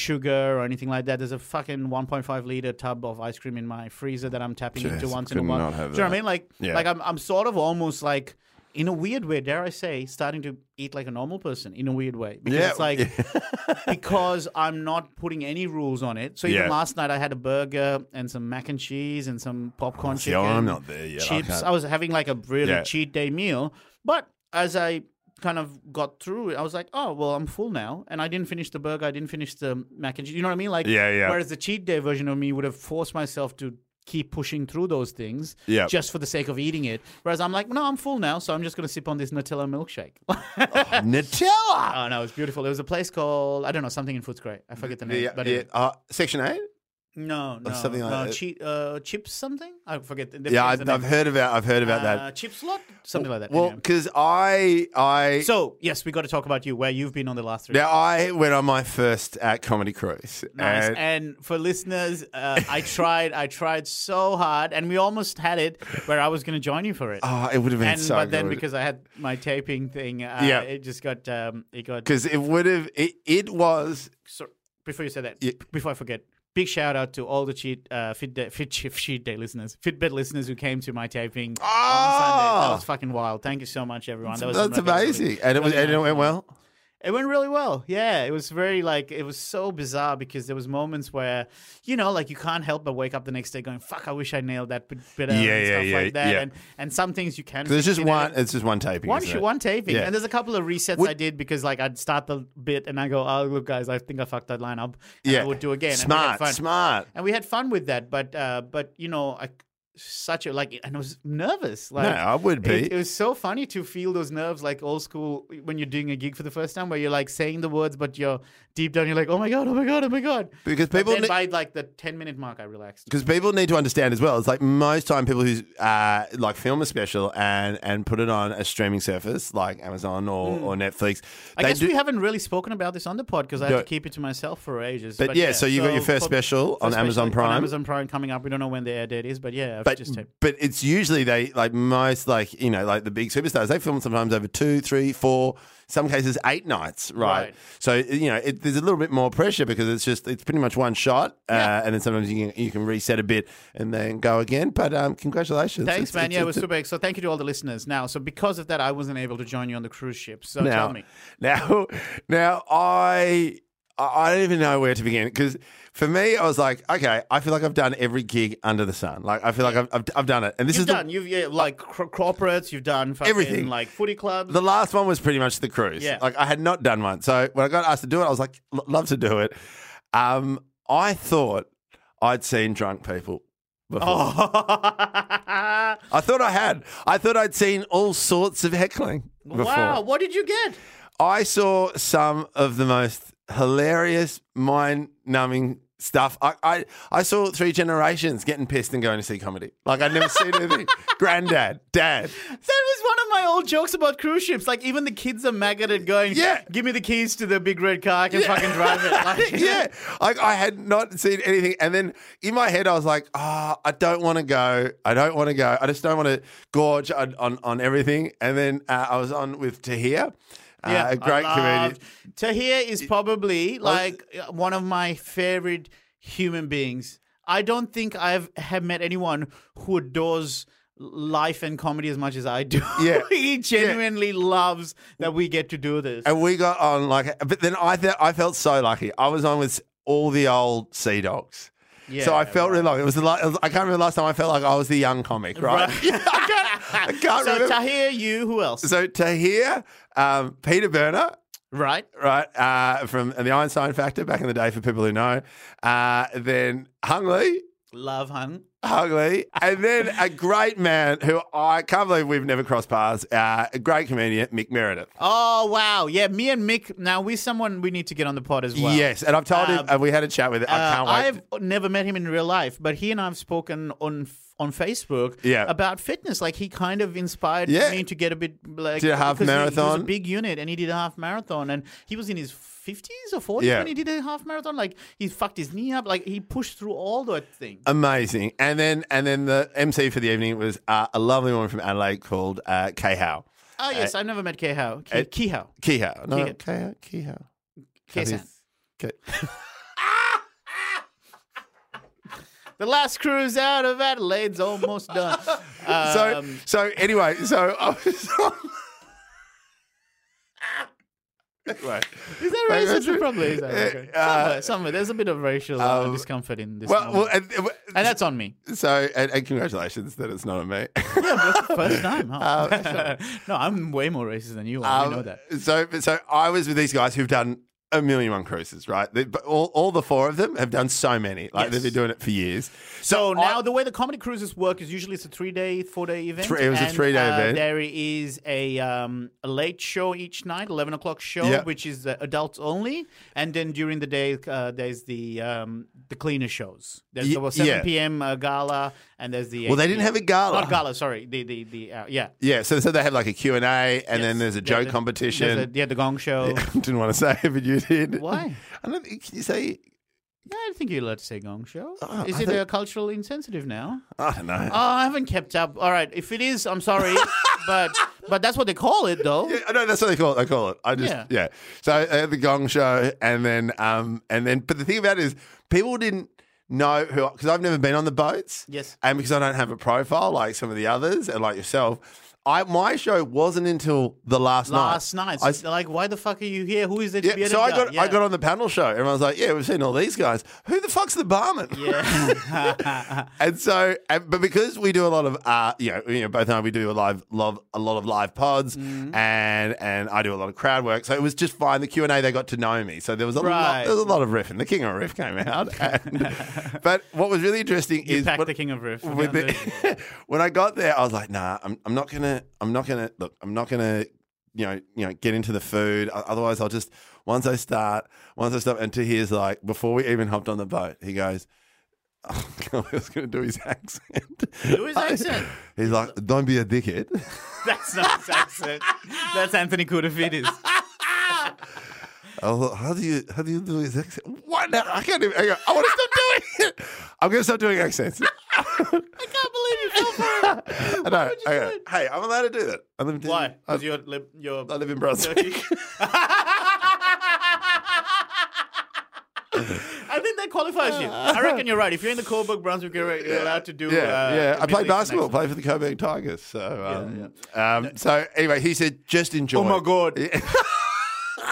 [SPEAKER 3] sugar or anything like that. There's a fucking 1.5 liter tub of ice cream in my freezer that I'm tapping into
[SPEAKER 2] Jeez,
[SPEAKER 3] once in a
[SPEAKER 2] could
[SPEAKER 3] while.
[SPEAKER 2] not have
[SPEAKER 3] Do you know what I
[SPEAKER 2] that.
[SPEAKER 3] mean? Like
[SPEAKER 2] Yeah.
[SPEAKER 3] like I'm I'm sort of almost like in a weird way, dare I say, starting to eat like a normal person in a weird way. Because
[SPEAKER 2] Yeah.
[SPEAKER 3] it's like because I'm not putting any rules on it. So even
[SPEAKER 2] Yeah.
[SPEAKER 3] last night I had a burger and some mac and cheese and some popcorn
[SPEAKER 2] Oh, See,
[SPEAKER 3] chicken.
[SPEAKER 2] I'm not there yet. I
[SPEAKER 3] Chips.
[SPEAKER 2] can't-
[SPEAKER 3] I, was having like a really
[SPEAKER 2] Yeah.
[SPEAKER 3] cheat day meal. But as I kind of got through it, I was like, oh well I'm full now. And I didn't finish the burger, I didn't finish the mac and cheese. You know what I mean? Like
[SPEAKER 2] Yeah, yeah.
[SPEAKER 3] whereas the cheat day version of me would have forced myself to keep pushing through those things
[SPEAKER 2] Yeah.
[SPEAKER 3] just for the sake of eating it. Whereas I'm like, no, I'm full now, so I'm just going to sip on this Nutella milkshake.
[SPEAKER 2] Nutella.
[SPEAKER 3] oh no, it's beautiful. There was a place called I don't know something in Footscray. I forget the name,
[SPEAKER 2] Yeah,
[SPEAKER 3] but
[SPEAKER 2] yeah,
[SPEAKER 3] it-
[SPEAKER 2] uh, section eight.
[SPEAKER 3] no, no,
[SPEAKER 2] something like
[SPEAKER 3] no,
[SPEAKER 2] that.
[SPEAKER 3] Chi- uh, chips something. I forget. The, the-
[SPEAKER 2] Yeah,
[SPEAKER 3] the
[SPEAKER 2] I've,
[SPEAKER 3] name.
[SPEAKER 2] I've heard about. I've heard about
[SPEAKER 3] Uh,
[SPEAKER 2] that.
[SPEAKER 3] chips lot, something like that.
[SPEAKER 2] Well,
[SPEAKER 3] Anyway.
[SPEAKER 2] because I, I,
[SPEAKER 3] So yes, we got to talk about you, where you've been on the last three.
[SPEAKER 2] now I went on my first uh, comedy cruise.
[SPEAKER 3] Nice.
[SPEAKER 2] and-
[SPEAKER 3] And, for listeners, uh, I tried, I tried so hard, and we almost had it where I was going to join you for it.
[SPEAKER 2] oh, it would have been
[SPEAKER 3] and
[SPEAKER 2] so
[SPEAKER 3] but then
[SPEAKER 2] good.
[SPEAKER 3] because I had my taping thing, uh,
[SPEAKER 2] Yeah.
[SPEAKER 3] it just got um, it got.
[SPEAKER 2] because it would have. It, it was
[SPEAKER 3] So, before you say that,
[SPEAKER 2] Yeah.
[SPEAKER 3] before I forget, big shout out to all the cheat uh, fit day, fit shift cheat day listeners, Fitbit listeners who came to my taping on Sunday.
[SPEAKER 2] Ah!
[SPEAKER 3] That was fucking wild. Thank you so much, everyone. That was
[SPEAKER 2] that's
[SPEAKER 3] that was really-
[SPEAKER 2] amazing, and it was
[SPEAKER 3] really
[SPEAKER 2] and it
[SPEAKER 3] nice.
[SPEAKER 2] went well.
[SPEAKER 3] It went really well. Yeah, it was very like it was so bizarre because there was moments where you know like you can't help but wake up the next day going fuck I wish I nailed that bit better
[SPEAKER 2] Yeah,
[SPEAKER 3] and
[SPEAKER 2] yeah,
[SPEAKER 3] stuff
[SPEAKER 2] yeah,
[SPEAKER 3] like that
[SPEAKER 2] yeah.
[SPEAKER 3] and and some things you can.
[SPEAKER 2] There's
[SPEAKER 3] fix
[SPEAKER 2] just
[SPEAKER 3] in
[SPEAKER 2] one.
[SPEAKER 3] edit.
[SPEAKER 2] It's just one taping.
[SPEAKER 3] One,
[SPEAKER 2] isn't
[SPEAKER 3] sh-
[SPEAKER 2] it?
[SPEAKER 3] one taping,
[SPEAKER 2] Yeah.
[SPEAKER 3] and there's a couple of resets
[SPEAKER 2] Would-
[SPEAKER 3] I did because like I'd start the bit and I go, "Oh look, guys, I think I fucked that line up." And I would do again. and we had
[SPEAKER 2] Smart,
[SPEAKER 3] fun.
[SPEAKER 2] smart.
[SPEAKER 3] and we had fun with that. But uh, but you know, I, such a like, and I was nervous. Like,
[SPEAKER 2] No, I would be.
[SPEAKER 3] It, it was so funny to feel those nerves, like old school, when you're doing a gig for the first time, where you're like saying the words, but you're deep down, you're like, oh my god, oh my god, oh my god.
[SPEAKER 2] Because
[SPEAKER 3] But
[SPEAKER 2] people
[SPEAKER 3] then
[SPEAKER 2] ne-
[SPEAKER 3] by like the ten minute mark, I relaxed.
[SPEAKER 2] because people need to understand as well. It's like most time people who uh, like film a special and and put it on a streaming service like Amazon or, or Netflix.
[SPEAKER 3] Hmm. I
[SPEAKER 2] they
[SPEAKER 3] guess
[SPEAKER 2] do-
[SPEAKER 3] we haven't really spoken about this on the pod because I had
[SPEAKER 2] No.
[SPEAKER 3] to keep it to myself for ages.
[SPEAKER 2] But yeah, so you got your first
[SPEAKER 3] for-
[SPEAKER 2] special on Amazon
[SPEAKER 3] on
[SPEAKER 2] Prime.
[SPEAKER 3] Amazon Prime coming up. We don't know when the air date is, but yeah, I've
[SPEAKER 2] but,
[SPEAKER 3] just taped.
[SPEAKER 2] Mm. but it's usually they like most like you know like the big superstars they film sometimes over two three four some cases eight nights right,
[SPEAKER 3] Right.
[SPEAKER 2] so you know it, there's a little bit more pressure because it's just it's pretty much one shot
[SPEAKER 3] Yeah.
[SPEAKER 2] uh, and then sometimes you can you can reset a bit and then go again but um congratulations
[SPEAKER 3] Thanks,
[SPEAKER 2] It's-
[SPEAKER 3] man.
[SPEAKER 2] it's-
[SPEAKER 3] yeah, it
[SPEAKER 2] it's-
[SPEAKER 3] was super. So thank you to all the listeners. Now, so because of that, I wasn't able to join you on the cruise ship. So
[SPEAKER 2] now,
[SPEAKER 3] tell me.
[SPEAKER 2] Now, now I I I don't even know where to begin because for me I was like, okay, I feel like I've done every gig under the sun. Like I feel like I've I've, I've done it, and this
[SPEAKER 3] You've
[SPEAKER 2] is the-
[SPEAKER 3] done. You've yeah, like cr- corporates. You've done fucking,
[SPEAKER 2] Everything.
[SPEAKER 3] like footy clubs.
[SPEAKER 2] the last one was pretty much the cruise.
[SPEAKER 3] Yeah.
[SPEAKER 2] Like I had not done one, so when I got asked to do it, I was like, "L- love to do it. Um, I thought I'd seen drunk people. Before.
[SPEAKER 3] oh.
[SPEAKER 2] I thought I had. I thought I'd seen all sorts of heckling before.
[SPEAKER 3] wow! What did you get?
[SPEAKER 2] I saw some of the most hilarious, mind numbing stuff. I, I, I saw three generations getting pissed and going to see comedy. Like, I'd never seen anything. Granddad, dad.
[SPEAKER 3] That was one of my old jokes about cruise ships. Like even the kids are maggot at going.
[SPEAKER 2] Yeah.
[SPEAKER 3] Give me the keys to the big red car. I can fucking drive it. Like,
[SPEAKER 2] yeah. Like, I had not seen anything. And then in my head, I was like, ah, I don't want to go. I don't want to go. I just don't want to gorge on, on, on everything. And then uh, I was on with Tahir, uh,
[SPEAKER 3] Yeah,
[SPEAKER 2] a great comedian.
[SPEAKER 3] Tahir is probably like uh, one of my favorite human beings. I don't think I've have met anyone who adores life and comedy as much as I do.
[SPEAKER 2] Yeah.
[SPEAKER 3] he genuinely loves that we get to do this.
[SPEAKER 2] And we got on like, but then I th- I felt so lucky. I was on with all the old Sea Dogs. so I
[SPEAKER 3] Yeah,
[SPEAKER 2] felt really like it was the la- it was- I can't remember the last time I felt like I was the young comic, right?
[SPEAKER 3] Right.
[SPEAKER 2] Yeah, I can't, I can't
[SPEAKER 3] so
[SPEAKER 2] remember.
[SPEAKER 3] Tahir, you, who else?
[SPEAKER 2] so Tahir, um, Peter Berner,
[SPEAKER 3] Right.
[SPEAKER 2] right? Uh, from the Einstein Factor back in the day for people who know. Uh, then Hung Lee,
[SPEAKER 3] Love hung.
[SPEAKER 2] Hung Lee, and then a great man who I can't believe we've never crossed paths. Uh, a great comedian, Mick Meredith.
[SPEAKER 3] Oh wow. Yeah, me and Mick. Now we're someone we need to get on the pod as well.
[SPEAKER 2] Yes, and I've told him
[SPEAKER 3] Um,
[SPEAKER 2] and we had a chat with. him. I
[SPEAKER 3] Uh,
[SPEAKER 2] can't wait.
[SPEAKER 3] I've never met him in real life, but he and I have spoken on on Facebook
[SPEAKER 2] Yeah.
[SPEAKER 3] about fitness. Like he kind of inspired
[SPEAKER 2] Yeah.
[SPEAKER 3] me to get a bit like
[SPEAKER 2] Did a half
[SPEAKER 3] because he- He, was a
[SPEAKER 2] marathon.
[SPEAKER 3] big unit, and he did a half marathon, and he was in his. 50s or 40s
[SPEAKER 2] Yeah.
[SPEAKER 3] when he did a half marathon like he fucked his knee up like he pushed through all that thing
[SPEAKER 2] Uh, Amazing, and then and then the MC for the evening was uh, a lovely woman from Adelaide called uh, Kay Howe.
[SPEAKER 3] oh yes i've never met kei hao
[SPEAKER 2] uh,
[SPEAKER 3] Ki- Ki Hao.
[SPEAKER 2] Key Howe, no,
[SPEAKER 3] Key-
[SPEAKER 2] Kay Howe, Key Howe.
[SPEAKER 3] Kei
[SPEAKER 2] Kathy-
[SPEAKER 3] san.
[SPEAKER 2] Kay-
[SPEAKER 3] the last cruise out of adelaide's almost done
[SPEAKER 2] So
[SPEAKER 3] Um,
[SPEAKER 2] so anyway, so I was anyway.
[SPEAKER 3] Is that
[SPEAKER 2] Like,
[SPEAKER 3] racist?
[SPEAKER 2] that's-
[SPEAKER 3] probably is.
[SPEAKER 2] Uh,
[SPEAKER 3] Okay.
[SPEAKER 2] uh,
[SPEAKER 3] somewhere, somewhere. There's a bit of racial uh,
[SPEAKER 2] um,
[SPEAKER 3] discomfort in this.
[SPEAKER 2] Well, well
[SPEAKER 3] moment.
[SPEAKER 2] and, uh,
[SPEAKER 3] and that's on me.
[SPEAKER 2] so and, and congratulations that it's not on me.
[SPEAKER 3] Yeah, but that's the first time.
[SPEAKER 2] Uh,
[SPEAKER 3] Huh? no, I'm way more racist than you are. I know that.
[SPEAKER 2] Um, So so I was with these guys who've done a million one cruises, right? They, but all, all the four of them have done so many. Like
[SPEAKER 3] Yes.
[SPEAKER 2] they've been doing it for years.
[SPEAKER 3] So
[SPEAKER 2] I-
[SPEAKER 3] now the way the comedy cruises work is usually it's a three day, four day event.
[SPEAKER 2] Three- it was a
[SPEAKER 3] and,
[SPEAKER 2] three-day
[SPEAKER 3] uh,
[SPEAKER 2] event.
[SPEAKER 3] There is a, um, a late show each night, eleven o'clock show,
[SPEAKER 2] Yeah.
[SPEAKER 3] which is uh, adults only, and then during the day uh, there's the um, the cleaner shows. There's
[SPEAKER 2] Ye-
[SPEAKER 3] the seven
[SPEAKER 2] yeah.
[SPEAKER 3] p.m. Uh, gala, and there's the
[SPEAKER 2] Well, they
[SPEAKER 3] 8
[SPEAKER 2] didn't
[SPEAKER 3] p.m.
[SPEAKER 2] have a gala.
[SPEAKER 3] Not gala, sorry. The the the uh, yeah.
[SPEAKER 2] yeah, so, so they have like a Q&A and then
[SPEAKER 3] Yes.
[SPEAKER 2] there's a
[SPEAKER 3] Yeah,
[SPEAKER 2] joke
[SPEAKER 3] the-
[SPEAKER 2] competition.
[SPEAKER 3] there's a- yeah, the Gong Show. Yeah,
[SPEAKER 2] Didn't want to say it, but you did.
[SPEAKER 3] Why?
[SPEAKER 2] I don't think, can you say,
[SPEAKER 3] I think you're allowed to say Gong Show.
[SPEAKER 2] Oh,
[SPEAKER 3] is
[SPEAKER 2] I
[SPEAKER 3] it
[SPEAKER 2] thought-
[SPEAKER 3] uh, cultural insensitive now?
[SPEAKER 2] I don't know.
[SPEAKER 3] Oh, I haven't kept up. All right, if it is, I'm sorry, but but that's what they call it, though.
[SPEAKER 2] Yeah, I know that's what they call it. They call it. I just yeah.
[SPEAKER 3] Yeah.
[SPEAKER 2] So they had the Gong Show, and then um, and then. But the thing about it is, people didn't know who because I've never been on the boats.
[SPEAKER 3] Yes.
[SPEAKER 2] and because I don't have a profile like some of the others, and like yourself, I my show wasn't until the last,
[SPEAKER 3] Last night,
[SPEAKER 2] I-
[SPEAKER 3] so they're like, why the fuck are you here? Who is it?
[SPEAKER 2] yeah, so I got I got on the panel show. Everyone's like, "Yeah, we've seen all these guys. Who the fuck's the barman?"
[SPEAKER 3] Yeah.
[SPEAKER 2] And so, and, but because we do a lot of, uh, you know, you know both and I, we do a live, love, a lot of live pods,
[SPEAKER 3] Mm.
[SPEAKER 2] and and I do a lot of crowd work. So it was just fine. The Q and A, they got to know me. So there was a lot,
[SPEAKER 3] Right.
[SPEAKER 2] there was a lot of riffing. The King of Riff came out. And- but what was really interesting
[SPEAKER 3] you
[SPEAKER 2] is
[SPEAKER 3] packed
[SPEAKER 2] what-
[SPEAKER 3] the King of Riff.
[SPEAKER 2] with the, when I got there, I was like, nah, I'm, I'm not gonna, I'm not gonna look, I'm not gonna, you know, you know, get into the food. O- Otherwise, I'll just once I start, once I stop. And Tahir's like, before we even hopped on the boat, he goes. Oh, I was going to do his accent.
[SPEAKER 3] Do his accent.
[SPEAKER 2] He's like, "Don't be a dickhead."
[SPEAKER 3] That's not his accent. That's Anthony Koutafidis.
[SPEAKER 2] I was like, "How do you how do you do his accent?" What? now? I can't even. I, go, I want to stop doing it. I'm going to stop doing accents.
[SPEAKER 3] I can't believe you fell for
[SPEAKER 2] I know. I go, hey, I'm allowed to do that. I live in
[SPEAKER 3] Why?
[SPEAKER 2] I,
[SPEAKER 3] Because you're lip- you're
[SPEAKER 2] I live in Brunswick.
[SPEAKER 3] I think that qualifies you. I reckon you're right. If you're in the Coburg Brunswick, you're, you're allowed to do.
[SPEAKER 2] Yeah,
[SPEAKER 3] uh,
[SPEAKER 2] yeah. I
[SPEAKER 3] Middle
[SPEAKER 2] played
[SPEAKER 3] Eastern
[SPEAKER 2] basketball,
[SPEAKER 3] accent.
[SPEAKER 2] played for the Coburg Tigers. So, um, Um, so anyway, he said, just enjoy.
[SPEAKER 3] Oh my god,
[SPEAKER 2] Yeah.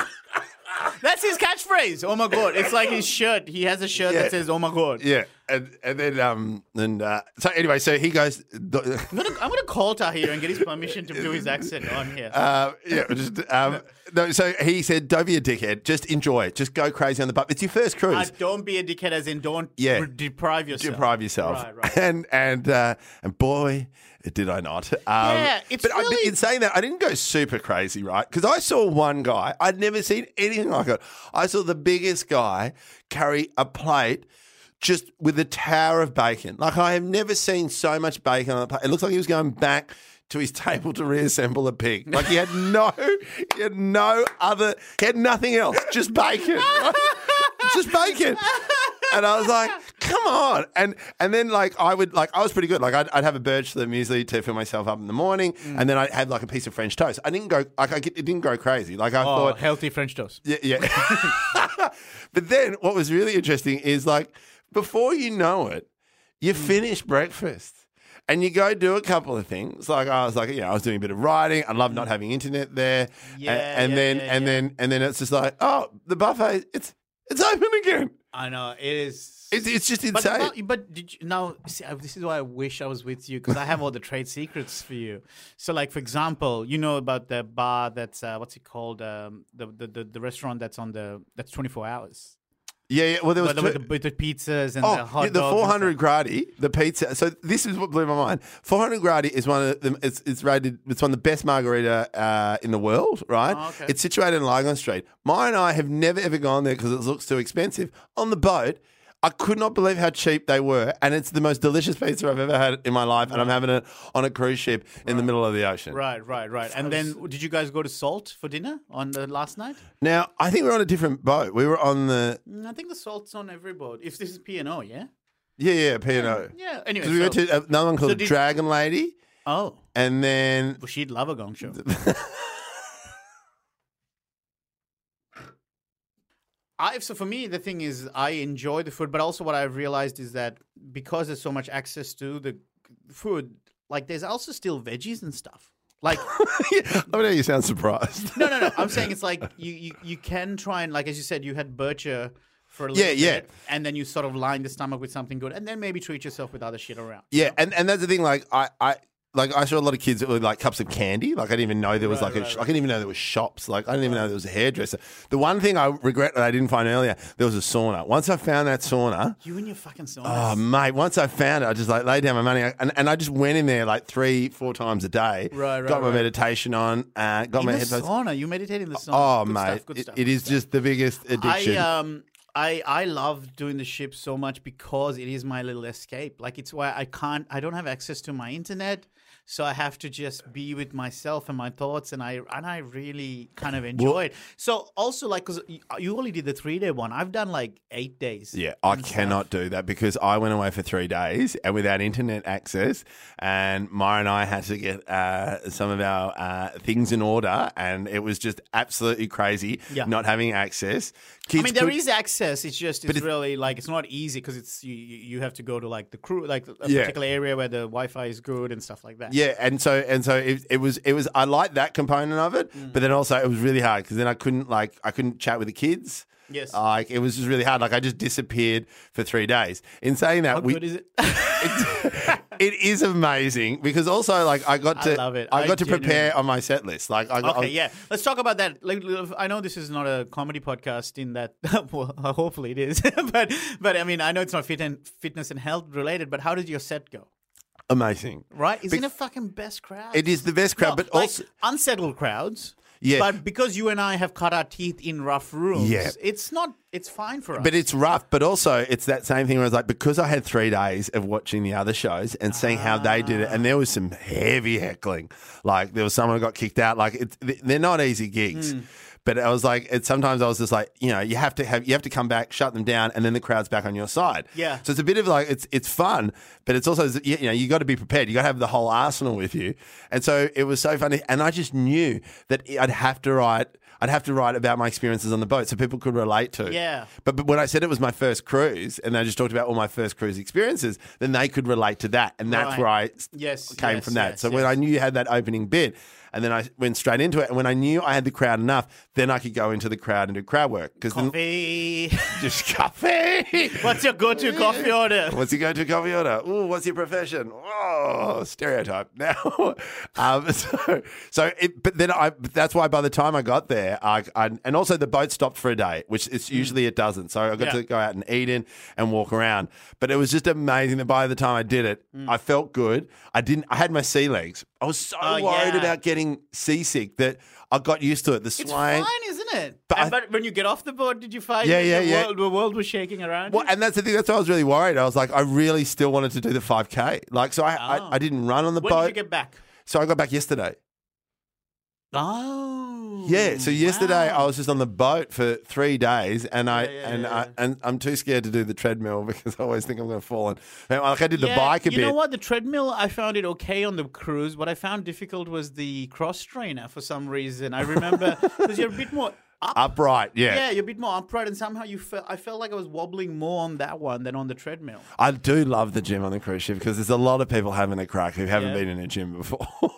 [SPEAKER 3] that's his catchphrase. Oh my god, it's like his shirt. He has a shirt
[SPEAKER 2] Yeah.
[SPEAKER 3] that says "Oh my god."
[SPEAKER 2] Yeah, and and then um and uh, so anyway, so he goes.
[SPEAKER 3] I'm gonna, I'm gonna call Tahir and get his permission to do his accent on here.
[SPEAKER 2] Uh, yeah, just um, no. So he said, "Don't be a dickhead. Just enjoy it. Just go crazy on the pub. It's your first cruise.
[SPEAKER 3] Uh, don't be a dickhead, as in don't
[SPEAKER 2] Yeah.
[SPEAKER 3] re- deprive yourself.
[SPEAKER 2] deprive yourself.
[SPEAKER 3] Right, right.
[SPEAKER 2] And and uh, and boy, did I not. Um,
[SPEAKER 3] Yeah, it's
[SPEAKER 2] but, I- but
[SPEAKER 3] really-
[SPEAKER 2] in saying that, I didn't go super crazy, right? Because I saw one guy I'd never seen anything like it. I saw the biggest guy carry a plate. Just with a tower of bacon. Like, I have never seen so much bacon on a plate. It looks like he was going back to his table to reassemble a pig. Like, he had no, he had no other, he had nothing else, just bacon. just bacon. And I was like, come on. And and then like I would like I was pretty good. Like I'd, I'd have a birch the muesli to fill myself up in the morning, and then I'd have like a piece of French toast. I didn't go like I get- it didn't go crazy. Like I
[SPEAKER 3] Oh,
[SPEAKER 2] thought,
[SPEAKER 3] healthy French toast.
[SPEAKER 2] yeah, yeah. but then what was really interesting is like before you know it, you
[SPEAKER 3] Hmm.
[SPEAKER 2] finish breakfast. And you go do a couple of things. Like I was like, you know, I was doing a bit of writing. I love not having internet there. A-
[SPEAKER 3] Hmm. Yeah,
[SPEAKER 2] and
[SPEAKER 3] yeah,
[SPEAKER 2] then
[SPEAKER 3] yeah,
[SPEAKER 2] and
[SPEAKER 3] yeah.
[SPEAKER 2] then and then it's just like, oh, the buffet, it's it's open again.
[SPEAKER 3] I know it is.
[SPEAKER 2] It's, it's just
[SPEAKER 3] But,
[SPEAKER 2] insane.
[SPEAKER 3] but, but did you now see, I- this is why I wish I was with you because I have all the trade secrets for you. So, like for example, you know about the bar that's uh, what's it called? Um, the, the the the restaurant that's on the that's twenty four hours.
[SPEAKER 2] yeah, yeah. Well, there was
[SPEAKER 3] But the, with,
[SPEAKER 2] two-
[SPEAKER 3] the, with the pizzas and
[SPEAKER 2] Oh,
[SPEAKER 3] the hot
[SPEAKER 2] yeah, the
[SPEAKER 3] dogs and
[SPEAKER 2] 400 Grady, the pizza. So this is what blew my mind. 400 Grady is one of them. It's, it's rated. It's one of the best margarita uh, in the world, right?
[SPEAKER 3] Oh, okay.
[SPEAKER 2] It's situated in Lygon Street. Ma and I have never ever gone there because it looks too expensive. On the boat, I could not believe how cheap they were, and it's the most delicious pizza I've ever had in my life. And I'm having it on a cruise ship in the middle of the ocean.
[SPEAKER 3] stuff. Right, right, right. And then did you guys go to Salt for dinner on the last night?
[SPEAKER 2] Now, I think we're on a different boat. We were on the
[SPEAKER 3] Mm, I think the Salt's on every boat. If this is P and O, yeah,
[SPEAKER 2] yeah, yeah, P and O.
[SPEAKER 3] yeah. Anyway,
[SPEAKER 2] We went
[SPEAKER 3] so-
[SPEAKER 2] to another one called
[SPEAKER 3] did-
[SPEAKER 2] Dragon Lady,
[SPEAKER 3] oh,
[SPEAKER 2] and then
[SPEAKER 3] well, she'd love a gong show. I so for me the thing is I enjoy the food, but also what I've realized is that because there's so much access to the food, like there's also still veggies and stuff. Like
[SPEAKER 2] yeah, I mean, you sound surprised.
[SPEAKER 3] no, no, no. I'm saying it's like you, you you can try and like as you said, you had Bircher for a
[SPEAKER 2] Yeah,
[SPEAKER 3] little
[SPEAKER 2] yeah.
[SPEAKER 3] bit, and then you sort of line the stomach with something good, and then maybe treat yourself with other shit around.
[SPEAKER 2] Yeah, and, and that's the thing. Like I, I like I saw a lot of kids that were like cups of candy. Like I didn't even know there was like a, sh- I didn't even know there was shops. Like I didn't even know there was a hairdresser. The one thing I regret that I didn't find earlier there was a sauna. Once I found that sauna.
[SPEAKER 3] You and your fucking saunas.
[SPEAKER 2] Oh mate! Once I found it, I just like laid down my money, and, and I just went in there like three, four times a day.
[SPEAKER 3] Right, right,
[SPEAKER 2] Got my
[SPEAKER 3] right.
[SPEAKER 2] meditation on, uh, got
[SPEAKER 3] in
[SPEAKER 2] my
[SPEAKER 3] the
[SPEAKER 2] headphones.
[SPEAKER 3] sauna, you meditate in the sauna.
[SPEAKER 2] Oh
[SPEAKER 3] Good
[SPEAKER 2] mate,
[SPEAKER 3] stuff, good
[SPEAKER 2] it-
[SPEAKER 3] stuff.
[SPEAKER 2] it is just the biggest addiction.
[SPEAKER 3] I um I I love doing the ship so much because it is my little escape. Like it's why I can't I don't have access to my internet, so I have to just be with myself and my thoughts, and I and I really kind of enjoy it. So also like because you only did the three day one, I've done like eight days.
[SPEAKER 2] Yeah, I
[SPEAKER 3] and stuff.
[SPEAKER 2] cannot do that because I went away for three days and without internet access, and Mara and I had to get uh, some of our uh, things in order, and it was just absolutely crazy
[SPEAKER 3] Yeah.
[SPEAKER 2] not having access.
[SPEAKER 3] I
[SPEAKER 2] Kids
[SPEAKER 3] mean, there
[SPEAKER 2] could-
[SPEAKER 3] is access. It's just it's
[SPEAKER 2] it's-
[SPEAKER 3] really like it's not easy because it's you, you you have to go to like the crew like a
[SPEAKER 2] Yeah.
[SPEAKER 3] particular area where the Wi-Fi is good and stuff like that.
[SPEAKER 2] Yeah, and so and so it, it was it was I liked that component of it,
[SPEAKER 3] Mm.
[SPEAKER 2] but then also it was really hard because then I couldn't like I couldn't chat with the kids.
[SPEAKER 3] Yes.
[SPEAKER 2] like it was just really hard. Like I just disappeared for three days. In saying that,
[SPEAKER 3] How
[SPEAKER 2] we
[SPEAKER 3] good is it?
[SPEAKER 2] It's- it is amazing because also like I got
[SPEAKER 3] I
[SPEAKER 2] to
[SPEAKER 3] love it.
[SPEAKER 2] I
[SPEAKER 3] I
[SPEAKER 2] got to
[SPEAKER 3] genuinely-
[SPEAKER 2] prepare on my set list. Like I got
[SPEAKER 3] Okay, yeah. Let's talk about that. Like, l- I know this is not a comedy podcast. In that, well, hopefully it is. but, but I mean, I know it's not fit and fitness and health related. But how did your set go?
[SPEAKER 2] amazing.
[SPEAKER 3] Right? Isn't
[SPEAKER 2] Be-
[SPEAKER 3] it fucking best crowd?
[SPEAKER 2] It is the best crowd,
[SPEAKER 3] No,
[SPEAKER 2] but
[SPEAKER 3] like,
[SPEAKER 2] also
[SPEAKER 3] unsettled crowds.
[SPEAKER 2] Yeah.
[SPEAKER 3] But because you and I have cut our teeth in rough rooms,
[SPEAKER 2] Yeah.
[SPEAKER 3] it's not. It's fine for us.
[SPEAKER 2] but it's rough. But also it's that same thing where I was like because I had three days of watching the other shows and seeing how they did it, and there was some heavy heckling. Like there was someone who got kicked out. Like it's th- they're not easy
[SPEAKER 3] Hmm.
[SPEAKER 2] gigs. But I was like, it, sometimes I was just like, you know, you have to have, you have to come back, shut them down, and then the crowd's back on your side.
[SPEAKER 3] Yeah.
[SPEAKER 2] So it's a bit of like it's it's fun, but it's also you know you got to be prepared. You got to have the whole arsenal with you, and so it was so funny. And I just knew that I'd have to write. I'd have to write about my experiences on the boat so people could relate to.
[SPEAKER 3] Yeah.
[SPEAKER 2] But, but when I said it was my first cruise, and I just talked about all my first cruise experiences, then they could relate to that, and that's
[SPEAKER 3] Right.
[SPEAKER 2] where I s-
[SPEAKER 3] Yes,
[SPEAKER 2] came
[SPEAKER 3] yes,
[SPEAKER 2] from that.
[SPEAKER 3] yes,
[SPEAKER 2] so when
[SPEAKER 3] yes.
[SPEAKER 2] I knew you had that opening bit, and then I went straight into it, and when I knew I had the crowd enough, then I could go into the crowd and do crowd work because
[SPEAKER 3] coffee.
[SPEAKER 2] just coffee.
[SPEAKER 3] What's your go-to coffee order?
[SPEAKER 2] What's he going to coffee order? Ooh, what's your profession? Oh, stereotype. Now, um, so, so it, but then I, but that's why by the time I got there, I, I and also the boat stopped for a day, which it's usually it doesn't. So I got
[SPEAKER 3] Mm. Yeah.
[SPEAKER 2] to go out and eat in and walk around. But it was just amazing that by the time I did it,
[SPEAKER 3] Mm.
[SPEAKER 2] I felt good. I didn't. I had my sea legs. I was so
[SPEAKER 3] Oh,
[SPEAKER 2] worried
[SPEAKER 3] yeah.
[SPEAKER 2] about getting seasick that I got used to it. The
[SPEAKER 3] It's
[SPEAKER 2] swaying.
[SPEAKER 3] fine, isn't it?
[SPEAKER 2] But
[SPEAKER 3] But,
[SPEAKER 2] I-
[SPEAKER 3] but when you get off the boat, did you find
[SPEAKER 2] Yeah,
[SPEAKER 3] that
[SPEAKER 2] yeah,
[SPEAKER 3] the,
[SPEAKER 2] yeah.
[SPEAKER 3] World, the world was shaking around?
[SPEAKER 2] Well,
[SPEAKER 3] you?
[SPEAKER 2] and that's the thing. That's why I was really worried. I was like, I really still wanted to do the 5K. Like, so I,
[SPEAKER 3] Oh.
[SPEAKER 2] I, I didn't run on the
[SPEAKER 3] when
[SPEAKER 2] boat.
[SPEAKER 3] did you get back?
[SPEAKER 2] so I got back yesterday.
[SPEAKER 3] Oh.
[SPEAKER 2] Yeah. So yesterday
[SPEAKER 3] wow.
[SPEAKER 2] I was just on the boat for three days, and I
[SPEAKER 3] Yeah, yeah,
[SPEAKER 2] and
[SPEAKER 3] yeah,
[SPEAKER 2] I, and I'm too scared to do the treadmill because I always think I'm going to fall. And like I did the
[SPEAKER 3] Yeah,
[SPEAKER 2] bike a
[SPEAKER 3] you
[SPEAKER 2] bit.
[SPEAKER 3] know what? The treadmill, I found it okay on the cruise. What I found difficult was the cross trainer for some reason. I remember because you're a bit more up.
[SPEAKER 2] Upright. Yeah.
[SPEAKER 3] Yeah, you're a bit more upright, and somehow you felt. I felt like I was wobbling more on that one than on the treadmill.
[SPEAKER 2] I do love the gym on the cruise ship because there's a lot of people having a crack who haven't
[SPEAKER 3] Yeah.
[SPEAKER 2] been in a gym before.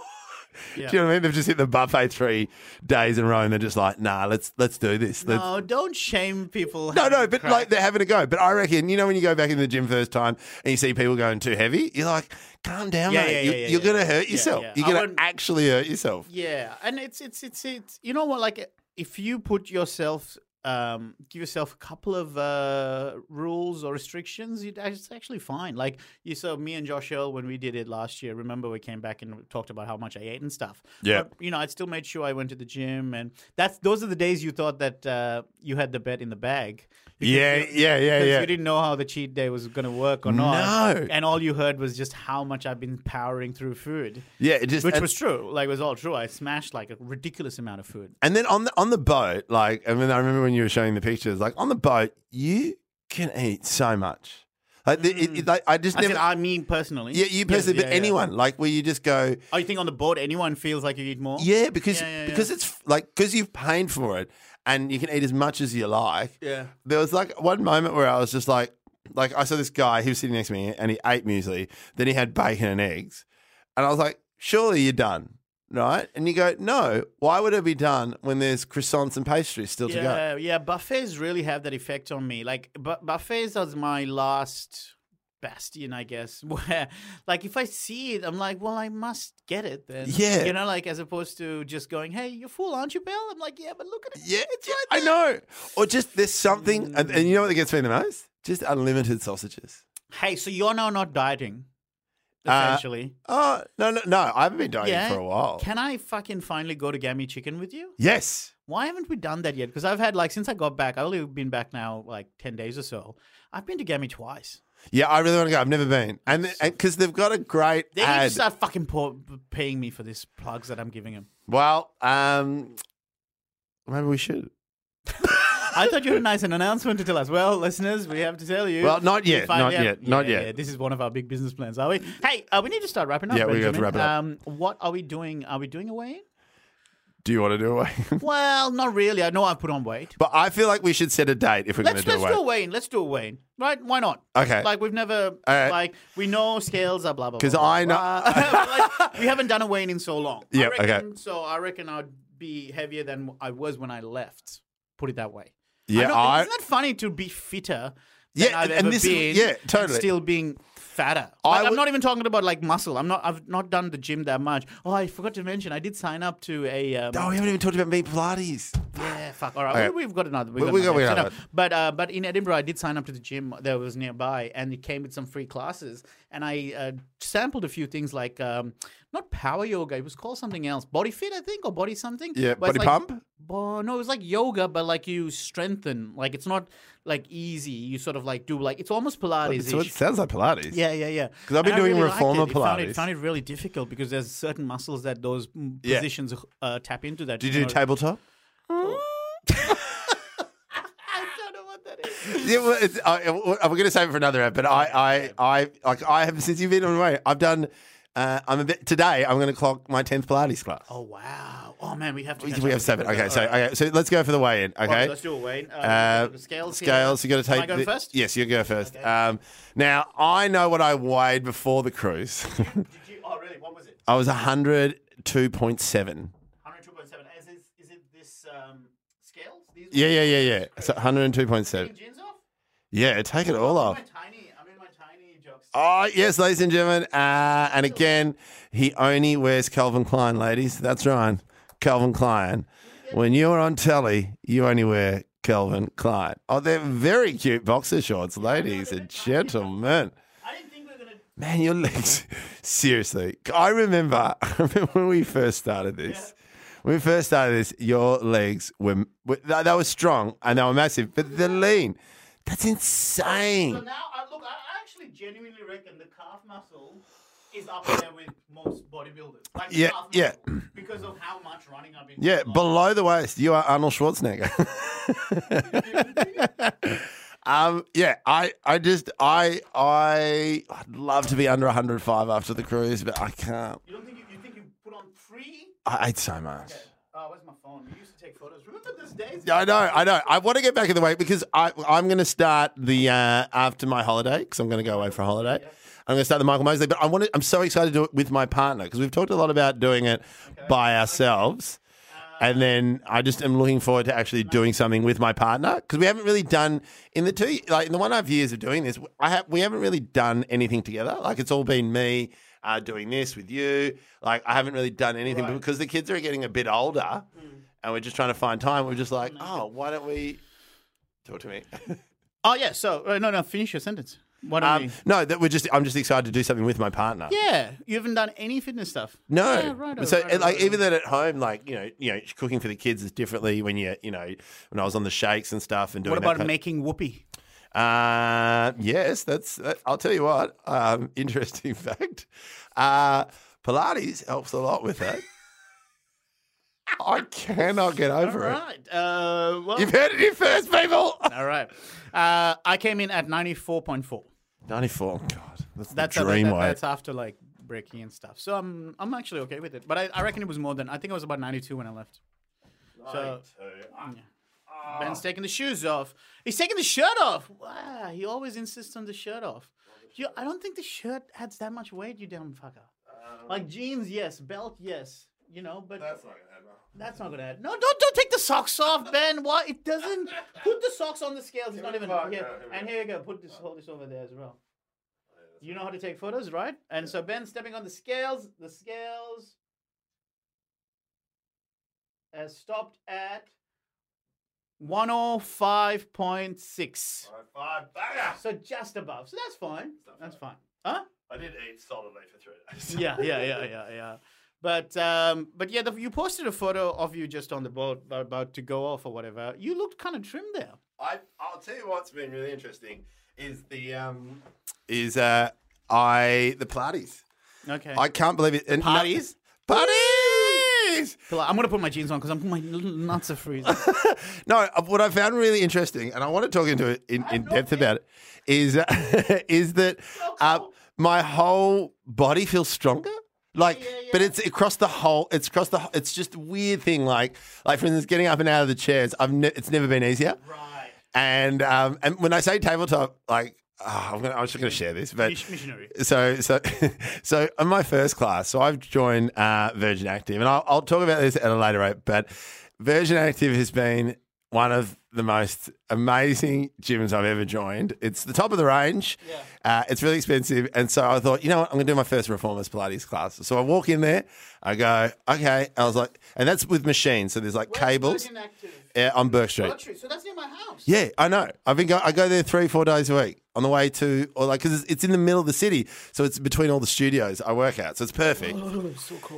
[SPEAKER 2] Do
[SPEAKER 3] Yeah.
[SPEAKER 2] you know what I mean? They've just hit the buffet three days in a row, and they're just like, "Nah, let's let's do this." Let's,
[SPEAKER 3] No, don't shame people.
[SPEAKER 2] No,
[SPEAKER 3] having
[SPEAKER 2] no, but
[SPEAKER 3] crack.
[SPEAKER 2] like they're having a go. But I reckon, you know, when you go back in the gym first time and you see people going too heavy, you're like, calm down,
[SPEAKER 3] Yeah,
[SPEAKER 2] mate.
[SPEAKER 3] yeah,
[SPEAKER 2] you,
[SPEAKER 3] yeah, yeah,
[SPEAKER 2] you're
[SPEAKER 3] yeah.
[SPEAKER 2] going to hurt
[SPEAKER 3] Yeah,
[SPEAKER 2] yourself.
[SPEAKER 3] yeah. I
[SPEAKER 2] You're going
[SPEAKER 3] wouldn't-
[SPEAKER 2] to actually hurt yourself.
[SPEAKER 3] Yeah, and it's it's it's it's you know what like if you put yourself um give yourself a couple of uh rules or restrictions you it's actually fine like you saw me and Josh Earl when we did it last year remember we came back and talked about how much I ate and stuff
[SPEAKER 2] Yeah.
[SPEAKER 3] But, you know I still made sure I went to the gym and that's those are the days you thought that uh you had the bet in the bag Because
[SPEAKER 2] Yeah,
[SPEAKER 3] you-
[SPEAKER 2] yeah, yeah,
[SPEAKER 3] because
[SPEAKER 2] yeah.
[SPEAKER 3] you didn't know how the cheat day was going to work or not
[SPEAKER 2] No.
[SPEAKER 3] and all you heard was just how much I've been powering through food
[SPEAKER 2] Yeah, it just
[SPEAKER 3] which
[SPEAKER 2] and,
[SPEAKER 3] was true. Like it was all true. I smashed like a ridiculous amount of food.
[SPEAKER 2] and then on the on the boat, like I mean, I remember when you were showing the pictures, like on the boat, you can eat so much. Like, the, it,
[SPEAKER 3] Mm.
[SPEAKER 2] it, like I just
[SPEAKER 3] I,
[SPEAKER 2] never.
[SPEAKER 3] said, I mean, personally.
[SPEAKER 2] yeah, you personally,
[SPEAKER 3] Yeah,
[SPEAKER 2] but
[SPEAKER 3] yeah, yeah.
[SPEAKER 2] anyone, like where you just go,
[SPEAKER 3] Oh, you think on the board anyone feels like you eat more?
[SPEAKER 2] yeah, because
[SPEAKER 3] Yeah, yeah,
[SPEAKER 2] because it's like because you've paid for it and you can eat as much as you like.
[SPEAKER 3] Yeah.
[SPEAKER 2] there was like one moment where I was just like, like I saw this guy, he was sitting next to me and he ate muesli, then he had bacon and eggs. And I was like, surely you're done, right? And you go, no, why would it be done when there's croissants and pastries still to go?
[SPEAKER 3] Yeah, yeah. Buffets really have that effect on me. Like bu- buffets are my last bastion, I guess. Where, like, if I see it, I'm like, well, I must get it then.
[SPEAKER 2] Yeah.
[SPEAKER 3] you know, like as opposed to just going, hey, you're full, aren't you, Bill? I'm like, yeah, but look at it.
[SPEAKER 2] Yeah,
[SPEAKER 3] it's right
[SPEAKER 2] I
[SPEAKER 3] there."
[SPEAKER 2] know. Or just there's something, and, and you know what gets me the most? Just unlimited sausages.
[SPEAKER 3] Hey, so you're now not dieting,
[SPEAKER 2] Uh,
[SPEAKER 3] essentially.
[SPEAKER 2] Oh, no, no, no. I haven't been dieting
[SPEAKER 3] Yeah.
[SPEAKER 2] for a while.
[SPEAKER 3] Can I fucking finally go to Gammy Chicken with you?
[SPEAKER 2] yes.
[SPEAKER 3] Why haven't we done that yet? Because I've had like since I got back, I've only been back now like ten days or so. I've been to Gammy twice.
[SPEAKER 2] Yeah, I really want to go. I've never been. And because they've got a great
[SPEAKER 3] They need
[SPEAKER 2] ad.
[SPEAKER 3] to start fucking po- paying me for these plugs that I'm giving them.
[SPEAKER 2] well, um, maybe we should.
[SPEAKER 3] I thought you had a nice an announcement to tell us. Well, listeners, we have to tell you.
[SPEAKER 2] Well, not yet,
[SPEAKER 3] we finally
[SPEAKER 2] not yet, not yet.
[SPEAKER 3] this is one of our big business plans, are we? Hey, uh, we need to start wrapping up.
[SPEAKER 2] Yeah, we have to
[SPEAKER 3] Benjamin.
[SPEAKER 2] wrap it up.
[SPEAKER 3] Um, what are we doing? Are we doing a weigh in?
[SPEAKER 2] Do you want to do away?
[SPEAKER 3] Well, not really. I know I've put on weight.
[SPEAKER 2] but I feel like we should set a date if we're going to
[SPEAKER 3] Let's
[SPEAKER 2] do
[SPEAKER 3] let's
[SPEAKER 2] away.
[SPEAKER 3] do a weigh in. Let's do a weigh in. Right? Why not?
[SPEAKER 2] Okay.
[SPEAKER 3] Like we've never
[SPEAKER 2] right.
[SPEAKER 3] like we know scales are blah blah.
[SPEAKER 2] 'Cause
[SPEAKER 3] blah, blah,
[SPEAKER 2] I know-
[SPEAKER 3] blah. Like, we haven't done a weigh-in in so long. I
[SPEAKER 2] Yeah, okay.
[SPEAKER 3] reckon- So I reckon I'd be heavier than I was when I left. Put it that way.
[SPEAKER 2] Yeah,
[SPEAKER 3] I know,
[SPEAKER 2] I-
[SPEAKER 3] isn't that funny to be fitter? Than
[SPEAKER 2] Yeah,
[SPEAKER 3] I've
[SPEAKER 2] and- and
[SPEAKER 3] ever
[SPEAKER 2] this is-
[SPEAKER 3] been,
[SPEAKER 2] yeah,
[SPEAKER 3] and
[SPEAKER 2] totally.
[SPEAKER 3] still being fatter.
[SPEAKER 2] I
[SPEAKER 3] Like, I'm
[SPEAKER 2] would-
[SPEAKER 3] not even talking about like muscle. I'm not. I've not done the gym that much. Oh, I forgot to mention. I did sign up to a. Um,
[SPEAKER 2] Oh, we haven't even talked about me Pilates.
[SPEAKER 3] yeah, fuck. All right,
[SPEAKER 2] Okay.
[SPEAKER 3] we, have got another.
[SPEAKER 2] We- we
[SPEAKER 3] another
[SPEAKER 2] got- we got
[SPEAKER 3] episode.
[SPEAKER 2] another.
[SPEAKER 3] No, But uh, but in Edinburgh, I did sign up to the gym that was nearby, and it came with some free classes. And I uh, sampled a few things like um, not power yoga. It was called something else, body fit, I think, or body something.
[SPEAKER 2] Yeah,
[SPEAKER 3] But it's
[SPEAKER 2] body
[SPEAKER 3] like-
[SPEAKER 2] pump?
[SPEAKER 3] Bo- no, it was like yoga, but like you strengthen. Like it's not like easy. You sort of like do like it's almost Pilates.
[SPEAKER 2] So it sounds like Pilates.
[SPEAKER 3] Yeah, yeah, yeah.
[SPEAKER 2] 'Cause I've been
[SPEAKER 3] And I
[SPEAKER 2] doing
[SPEAKER 3] really liked
[SPEAKER 2] reformer
[SPEAKER 3] it. It Found it,
[SPEAKER 2] Pilates.
[SPEAKER 3] found it really difficult because there's certain muscles that those mm,
[SPEAKER 2] Yeah.
[SPEAKER 3] positions uh, tap into. That
[SPEAKER 2] Did you do
[SPEAKER 3] know-
[SPEAKER 2] tabletop?
[SPEAKER 3] I don't know what that is.
[SPEAKER 2] Yeah, well, it's, I, I- I'm going to save it for another app, but I, I, I, like, I have since you've been on the way. I've done. Uh, I'm a bit today. I'm going to clock my 10th Pilates class.
[SPEAKER 3] Oh wow! Oh man, we have to.
[SPEAKER 2] we,
[SPEAKER 3] catch
[SPEAKER 2] we
[SPEAKER 3] up
[SPEAKER 2] have
[SPEAKER 3] with
[SPEAKER 2] seven.
[SPEAKER 3] you.
[SPEAKER 2] Okay, so
[SPEAKER 3] All right.
[SPEAKER 2] okay, so let's go for the weigh-in. Okay,
[SPEAKER 3] Well, let's do it, Wayne. Uh,
[SPEAKER 2] Uh,
[SPEAKER 3] scales. here.
[SPEAKER 2] Scales, you got to take.
[SPEAKER 3] Am I going
[SPEAKER 2] the-
[SPEAKER 3] first?
[SPEAKER 2] Yes, you go first. Um, now I know what I weighed before the cruise.
[SPEAKER 3] Did you? Oh really? What was it?
[SPEAKER 2] I was 102.7.
[SPEAKER 3] One hundred two point seven. Is it, is it this um, scales? These
[SPEAKER 2] Yeah,
[SPEAKER 3] ones?
[SPEAKER 2] yeah, yeah, yeah. So
[SPEAKER 3] Taking
[SPEAKER 2] 102.7.
[SPEAKER 3] jeans off?
[SPEAKER 2] Yeah, take it all
[SPEAKER 3] I'm
[SPEAKER 2] off.
[SPEAKER 3] in my tiny. I'm in my tiny jocks.
[SPEAKER 2] Oh, yes, ladies and gentlemen. Uh, and again, he only wears Calvin Klein, ladies. That's right. Calvin Klein. When you're on telly, you only wear Calvin Klein. Oh, they're very cute boxer shorts, ladies and gentlemen.
[SPEAKER 3] I didn't think we were gonna.
[SPEAKER 2] Man, your legs. Seriously, I remember. I remember when we first started this. When we first started this, your legs were were- they they were strong and they were massive, but they're lean. That's
[SPEAKER 3] So
[SPEAKER 2] insane.
[SPEAKER 3] now, I, look, I I actually genuinely reckon the calf muscle is up there with most bodybuilders. Like the
[SPEAKER 2] Yeah,
[SPEAKER 3] calf
[SPEAKER 2] yeah.
[SPEAKER 3] muscle, Because of how much running I've been.
[SPEAKER 2] Yeah,
[SPEAKER 3] doing.
[SPEAKER 2] below the waist, you are Arnold Schwarzenegger. um, yeah, I, I just, I, I, I'd love to be under 105 after the cruise, but I can't.
[SPEAKER 3] You don't think you, you think you put on three?
[SPEAKER 2] I ate so much.
[SPEAKER 3] Oh, where's my phone? We used to take photos. Remember those days?
[SPEAKER 2] Yeah, I know, I know. I want to get back in the way because I, I'm going to start the uh, after my holiday because I'm going to go away for a holiday. I'm going to start the Michael Mosley, but I want to, I'm so excited to do it with my partner because we've talked a lot about doing it by ourselves. And then I just am looking forward to actually doing something with my partner because we haven't really done in the two like in the one and a half years of doing this, I have we haven't really done anything together. Like it's all been me uh, doing this with you. Like I haven't really done anything but because the kids are getting a bit older,
[SPEAKER 3] Hmm.
[SPEAKER 2] and we're just trying to find time. We're just like, oh, why don't we talk to me?
[SPEAKER 3] Oh yeah. So uh, no, no. Finish your sentence. Why don't
[SPEAKER 2] um,
[SPEAKER 3] we?
[SPEAKER 2] no, that we're just I'm just excited to do something with my partner.
[SPEAKER 3] Yeah, you haven't done any fitness stuff.
[SPEAKER 2] No.
[SPEAKER 4] Yeah, righto,
[SPEAKER 2] so
[SPEAKER 4] righto,
[SPEAKER 2] and, like
[SPEAKER 4] righto.
[SPEAKER 2] even then at home, like you know, you know, cooking for the kids is differently when you you know when I was on the shakes and stuff and doing.
[SPEAKER 3] What about
[SPEAKER 2] that kind-
[SPEAKER 3] making whoopee?
[SPEAKER 2] Uh, yes, that's. That, I'll tell you what. Um, interesting fact. Uh, Pilates helps a lot with that. I cannot get
[SPEAKER 3] All
[SPEAKER 2] over it.
[SPEAKER 3] right. Uh, well,
[SPEAKER 2] You've heard it here first, people.
[SPEAKER 3] all right. Uh, I came in at ninety four point four.
[SPEAKER 2] Ninety-four. God, that's,
[SPEAKER 3] That's
[SPEAKER 2] the dream
[SPEAKER 3] that,
[SPEAKER 2] weight.
[SPEAKER 3] that's after like breaking and stuff. So I'm I'm actually okay with it. But I, I reckon it was more than I think it was about ninety two when I left. So Ben's taking the shoes off. He's taking the shirt off. Wow, he always insists on the shirt off. Um, You, I don't think the shirt adds that much weight, you damn fucker. like jeans, yes. Belt, yes. You know, but That's not gonna happen. No, don't don't take the socks off, Ben. Why it doesn't? Put the socks on the scales. It's not even here. And here you go. Put this. Hold this over there as well. You know how to take photos, right? And so Ben stepping on the scales. The scales has stopped at one hundred five point six. So just above. So that's fine. That's fine. Huh?
[SPEAKER 2] I did eat solidly for three days.
[SPEAKER 3] yeah, yeah, yeah, yeah, yeah. But um, but yeah, the, you posted a photo of you just on the boat about to go off or whatever. You looked kind of trim there.
[SPEAKER 2] I I'll tell you what's been really interesting is the um is uh I the Pilates.
[SPEAKER 3] Okay.
[SPEAKER 2] I can't believe it. And no-
[SPEAKER 3] Pilates?
[SPEAKER 2] Pilates.
[SPEAKER 3] I'm gonna put my jeans on because I'm my little nuts are freezing.
[SPEAKER 2] No, uh, what I found really interesting, and I want to talk into it in, in depth about it, is uh, is that uh, my whole body feels stronger. Like, but it's across the whole. It's across the. wh- It's just a weird thing. Like, like for instance, getting up and out of the chairs. I've ne- it's never been easier.
[SPEAKER 3] right.
[SPEAKER 2] And um, and when I say tabletop, like ah, I'm gonna, I'm just going to share this, but
[SPEAKER 3] Mish- missionary.
[SPEAKER 2] So so so on my first class, so I've joined uh, Virgin Active, and I'll, I'll talk about this at a later rate. But Virgin Active has been one of the most amazing gyms I've ever joined. It's the top of the range. Uh, it's really expensive, and so I thought, you know what, I'm going to do my first reformers Pilates class. So I walk in there, I go, okay. I was like, and that's with machines. So there's like cables yeah, on Burke Street.
[SPEAKER 3] So that's near my house.
[SPEAKER 2] Yeah, I know. I've been go- I go there three, four days a week on the way to, or like, because it's, it's in the middle of the city, so it's between all the studios I work at, so it's perfect.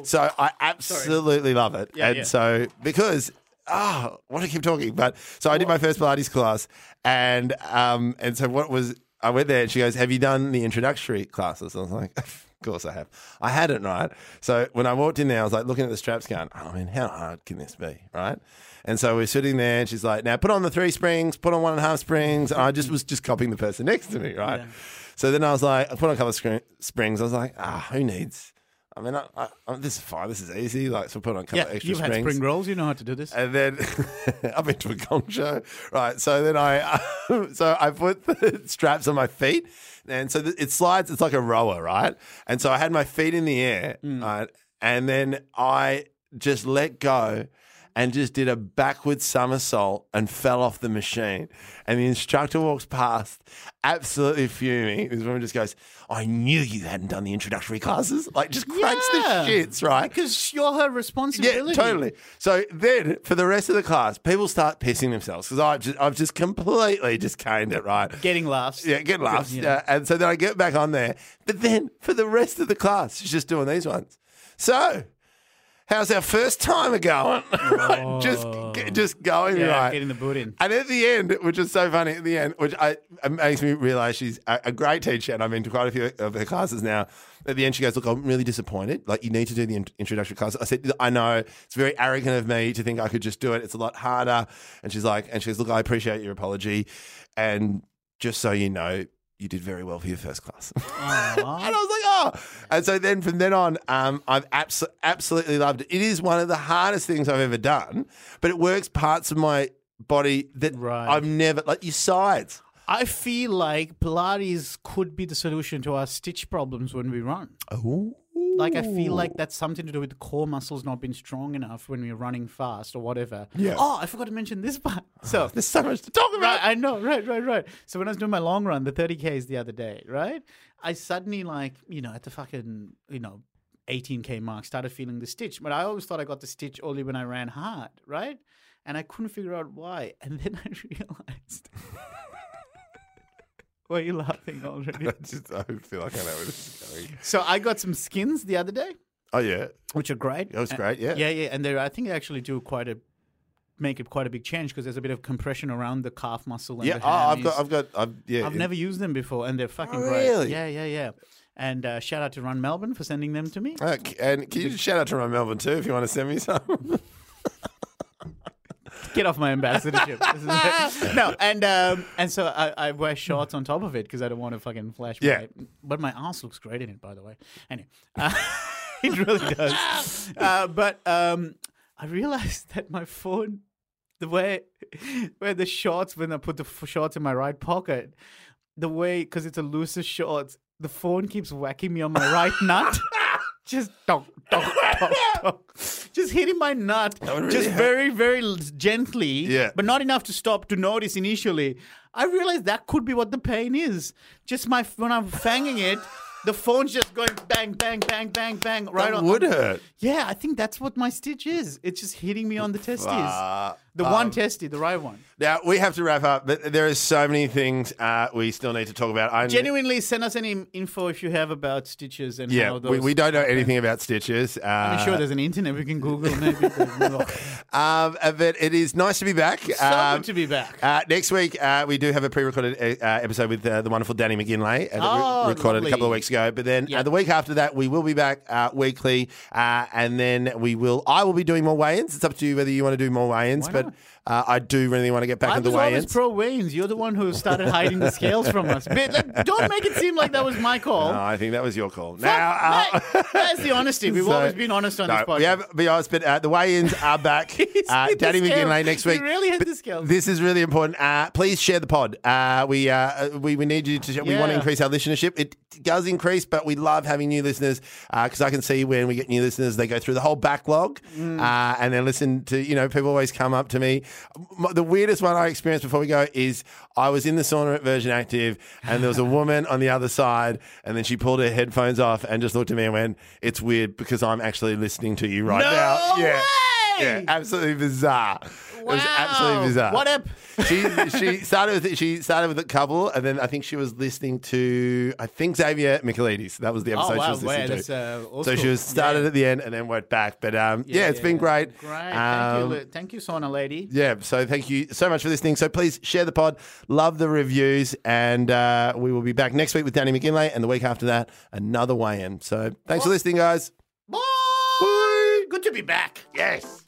[SPEAKER 2] So I absolutely love it,
[SPEAKER 3] Yeah,
[SPEAKER 2] and
[SPEAKER 3] yeah.
[SPEAKER 2] so because ah, oh, want to keep talking, but so I did my first Pilates class, and um, and so what was I went there, and she goes, "Have you done the introductory classes?" I was like. Of course I have. I hadn't, right? So when I walked in there, I was like looking at the straps going, oh, I mean, how hard can this be, right? And so we're sitting there and she's like, now put on the three springs, put on one and a half springs. And I just was just copying the person next to me, right? So then I was like, I put on a couple of scr- springs. I was like, ah, who needs? I mean, I, I, I, this is fine. This is easy. Like, so put on a couple
[SPEAKER 3] Yeah,
[SPEAKER 2] of extra
[SPEAKER 3] you've had
[SPEAKER 2] springs.
[SPEAKER 3] spring rolls. You know how to do this.
[SPEAKER 2] and then I've been to a gong show, right? So then I, so I put the straps on my feet, and so th- it slides. It's like a rower, right? And so I had my feet in the air, right? And then I just let go, and just did a backward somersault and fell off the machine. And the instructor walks past, absolutely fuming. This woman just goes, "I knew you hadn't done the introductory classes." Like just cracks
[SPEAKER 3] Yeah.
[SPEAKER 2] the shits, right?
[SPEAKER 3] Because you're her responsibility.
[SPEAKER 2] Yeah, totally. So then, for the rest of the class, people start pissing themselves because I've just, I've just completely just caned it, right?
[SPEAKER 3] Getting laughs.
[SPEAKER 2] yeah, get laughs. Yeah. And so then I get back on there. But then, for the rest of the class, she's just doing these ones. So, how's our first timer going? right? Just, just going
[SPEAKER 3] Yeah,
[SPEAKER 2] right.
[SPEAKER 3] Getting the boot in.
[SPEAKER 2] And at the end, which is so funny, at the end, which I, it makes me realize she's a, a great teacher, and I'm into quite a few of her classes now. At the end, she goes, Look, I'm really disappointed. Like, you need to do the in- introductory class. I said, I know. It's very arrogant of me to think I could just do it. It's a lot harder. And she's like, And she goes, Look, I appreciate your apology. And just so you know, you did very well for your first class. And I was like, oh. And so then from then on, um, I've abso- absolutely loved it. It is one of the hardest things I've ever done, but it works parts of my body that
[SPEAKER 3] Right.
[SPEAKER 2] I've never, like your sides.
[SPEAKER 3] I feel like Pilates could be the solution to our stitch problems when we run.
[SPEAKER 2] Oh.
[SPEAKER 3] Like I feel like that's something to do with the core muscles not being strong enough when we're running fast or whatever.
[SPEAKER 2] Yeah.
[SPEAKER 3] Oh, I forgot to mention this part. So
[SPEAKER 2] There's so much to talk
[SPEAKER 3] right,
[SPEAKER 2] about.
[SPEAKER 3] I know, right, right, right. So when I was doing my long run, the 30Ks the other day, right? I suddenly like, you know, at the fucking, you know, 18K mark started feeling the stitch. But I always thought I got the stitch only when I ran hard, right? And I couldn't figure out why. And then I realized Why are you laughing already?
[SPEAKER 2] I just I feel like I know where this is going.
[SPEAKER 3] so I got some skins the other day,
[SPEAKER 2] Oh yeah,
[SPEAKER 3] which are great.
[SPEAKER 2] that was great. Yeah.
[SPEAKER 3] Yeah, yeah, and they I think they actually do quite a make it quite a big change because there's a bit of compression around the calf muscle. And
[SPEAKER 2] Yeah,
[SPEAKER 3] the
[SPEAKER 2] oh, I've got,
[SPEAKER 3] hammies.
[SPEAKER 2] I've got, I've, yeah.
[SPEAKER 3] I've never used them before, and they're fucking
[SPEAKER 2] Oh,
[SPEAKER 3] great.
[SPEAKER 2] really?
[SPEAKER 3] Yeah, yeah, yeah. And uh, shout out to Run Melbourne for sending them to me.
[SPEAKER 2] Uh, c- and can you just shout out to Ryan Melbourne too if you want to send me some?
[SPEAKER 3] Get off my ambassadorship. This is- no, and um, and so I, I wear shorts on top of it because I don't want to fucking flash.
[SPEAKER 2] Yeah.
[SPEAKER 3] My, but my ass looks great in it, by the way. Anyway, uh, it really does. Uh, but um, I realized that my phone, the way where the shorts when I put the f- shorts in my right pocket, the way because it's a looser shorts, the phone keeps whacking me on my right nut. Just dog, dog, dog, dog. Just hitting my nut.
[SPEAKER 2] would really
[SPEAKER 3] just
[SPEAKER 2] hurt.
[SPEAKER 3] very, very l- gently.
[SPEAKER 2] Yeah.
[SPEAKER 3] But not enough to stop to notice initially. I realized that could be what the pain is. Just my when I'm fanging it, the phone's just going bang, bang, bang, bang, bang. Right
[SPEAKER 2] that
[SPEAKER 3] on.
[SPEAKER 2] would hurt.
[SPEAKER 3] Yeah, I think that's what my stitch is. It's just hitting me on the testes.
[SPEAKER 2] Uh,
[SPEAKER 3] the one testy, the right one.
[SPEAKER 2] now we have to wrap up, but there is so many things uh, we still need to talk about. I
[SPEAKER 3] Genuinely, send us any info if you have about stitches and
[SPEAKER 2] yeah,
[SPEAKER 3] how those.
[SPEAKER 2] we, we don't know anything about stitches. Uh,
[SPEAKER 3] I'm sure there's an internet we can Google. Maybe.
[SPEAKER 2] um, uh, but it is nice to be back. So
[SPEAKER 3] so good to be back.
[SPEAKER 2] Uh, next week, uh, we do have a pre-recorded uh, uh, episode with uh, the wonderful Danny McGinley uh, that
[SPEAKER 3] Oh,
[SPEAKER 2] we recorded
[SPEAKER 3] lovely.
[SPEAKER 2] a couple of weeks ago. But then
[SPEAKER 3] Yeah.
[SPEAKER 2] uh, the week after that, we will be back uh, weekly, uh, and then we will. I will be doing more weigh-ins. It's up to you whether you want to do more weigh-ins, but uh, I do really want to get back
[SPEAKER 3] I
[SPEAKER 2] into
[SPEAKER 3] was
[SPEAKER 2] weigh-ins.
[SPEAKER 3] always pro Wayne's. You're the one who started hiding the scales from us. But, like, don't make it seem like that was my call.
[SPEAKER 2] No, I think that was your call.
[SPEAKER 3] Fuck,
[SPEAKER 2] now, uh,
[SPEAKER 3] mate, that's the honesty. We've
[SPEAKER 2] so-
[SPEAKER 3] always been honest on
[SPEAKER 2] no,
[SPEAKER 3] this podcast.
[SPEAKER 2] We have be honest, but uh, the weigh-ins are back.
[SPEAKER 3] He's
[SPEAKER 2] uh,
[SPEAKER 3] hit the
[SPEAKER 2] Danny
[SPEAKER 3] scale.
[SPEAKER 2] McGinley next
[SPEAKER 3] He
[SPEAKER 2] week.
[SPEAKER 3] really hit
[SPEAKER 2] But
[SPEAKER 3] the scale.
[SPEAKER 2] This is really important. Uh, please share the pod. Uh, we, uh, we we need you to. Share. We want to
[SPEAKER 3] Yeah.
[SPEAKER 2] increase our listenership. It does increase, but we love having new listeners because I can see when we get new listeners, they go through the whole backlog
[SPEAKER 3] Mm.
[SPEAKER 2] uh, and then listen to. You know, people always come up to me. M- The weirdest one I experienced before we go is I was in the sauna at Virgin Active and there was a woman on the other side, and then she pulled her headphones off and just looked at me and went, "It's weird because I'm actually listening to you right
[SPEAKER 3] No
[SPEAKER 2] now." Yeah.
[SPEAKER 3] way!
[SPEAKER 2] Yeah, absolutely bizarre. It was absolutely
[SPEAKER 3] Wow.
[SPEAKER 2] bizarre.
[SPEAKER 3] What up?
[SPEAKER 2] she she started with she started with a couple, and then I think she was listening to I think Xavier Michaelides. That was the episode
[SPEAKER 3] Oh, wow,
[SPEAKER 2] she was
[SPEAKER 3] wow,
[SPEAKER 2] listening to.
[SPEAKER 3] that's, uh, old
[SPEAKER 2] so she
[SPEAKER 3] school.
[SPEAKER 2] was started at the end and then went back. But um, yeah, it's
[SPEAKER 3] yeah,
[SPEAKER 2] been
[SPEAKER 3] yeah.
[SPEAKER 2] great.
[SPEAKER 3] Great. thank, you,
[SPEAKER 2] Um,
[SPEAKER 3] Lu- thank you, Sauna Lady.
[SPEAKER 2] yeah, so thank you so much for listening. So please share the pod, love the reviews, and uh, we will be back next week with Danny McGinley, and the week after that, another weigh in. So thanks for listening, guys.
[SPEAKER 3] Boy,
[SPEAKER 2] Bye.
[SPEAKER 3] Good to be back.
[SPEAKER 2] Yes.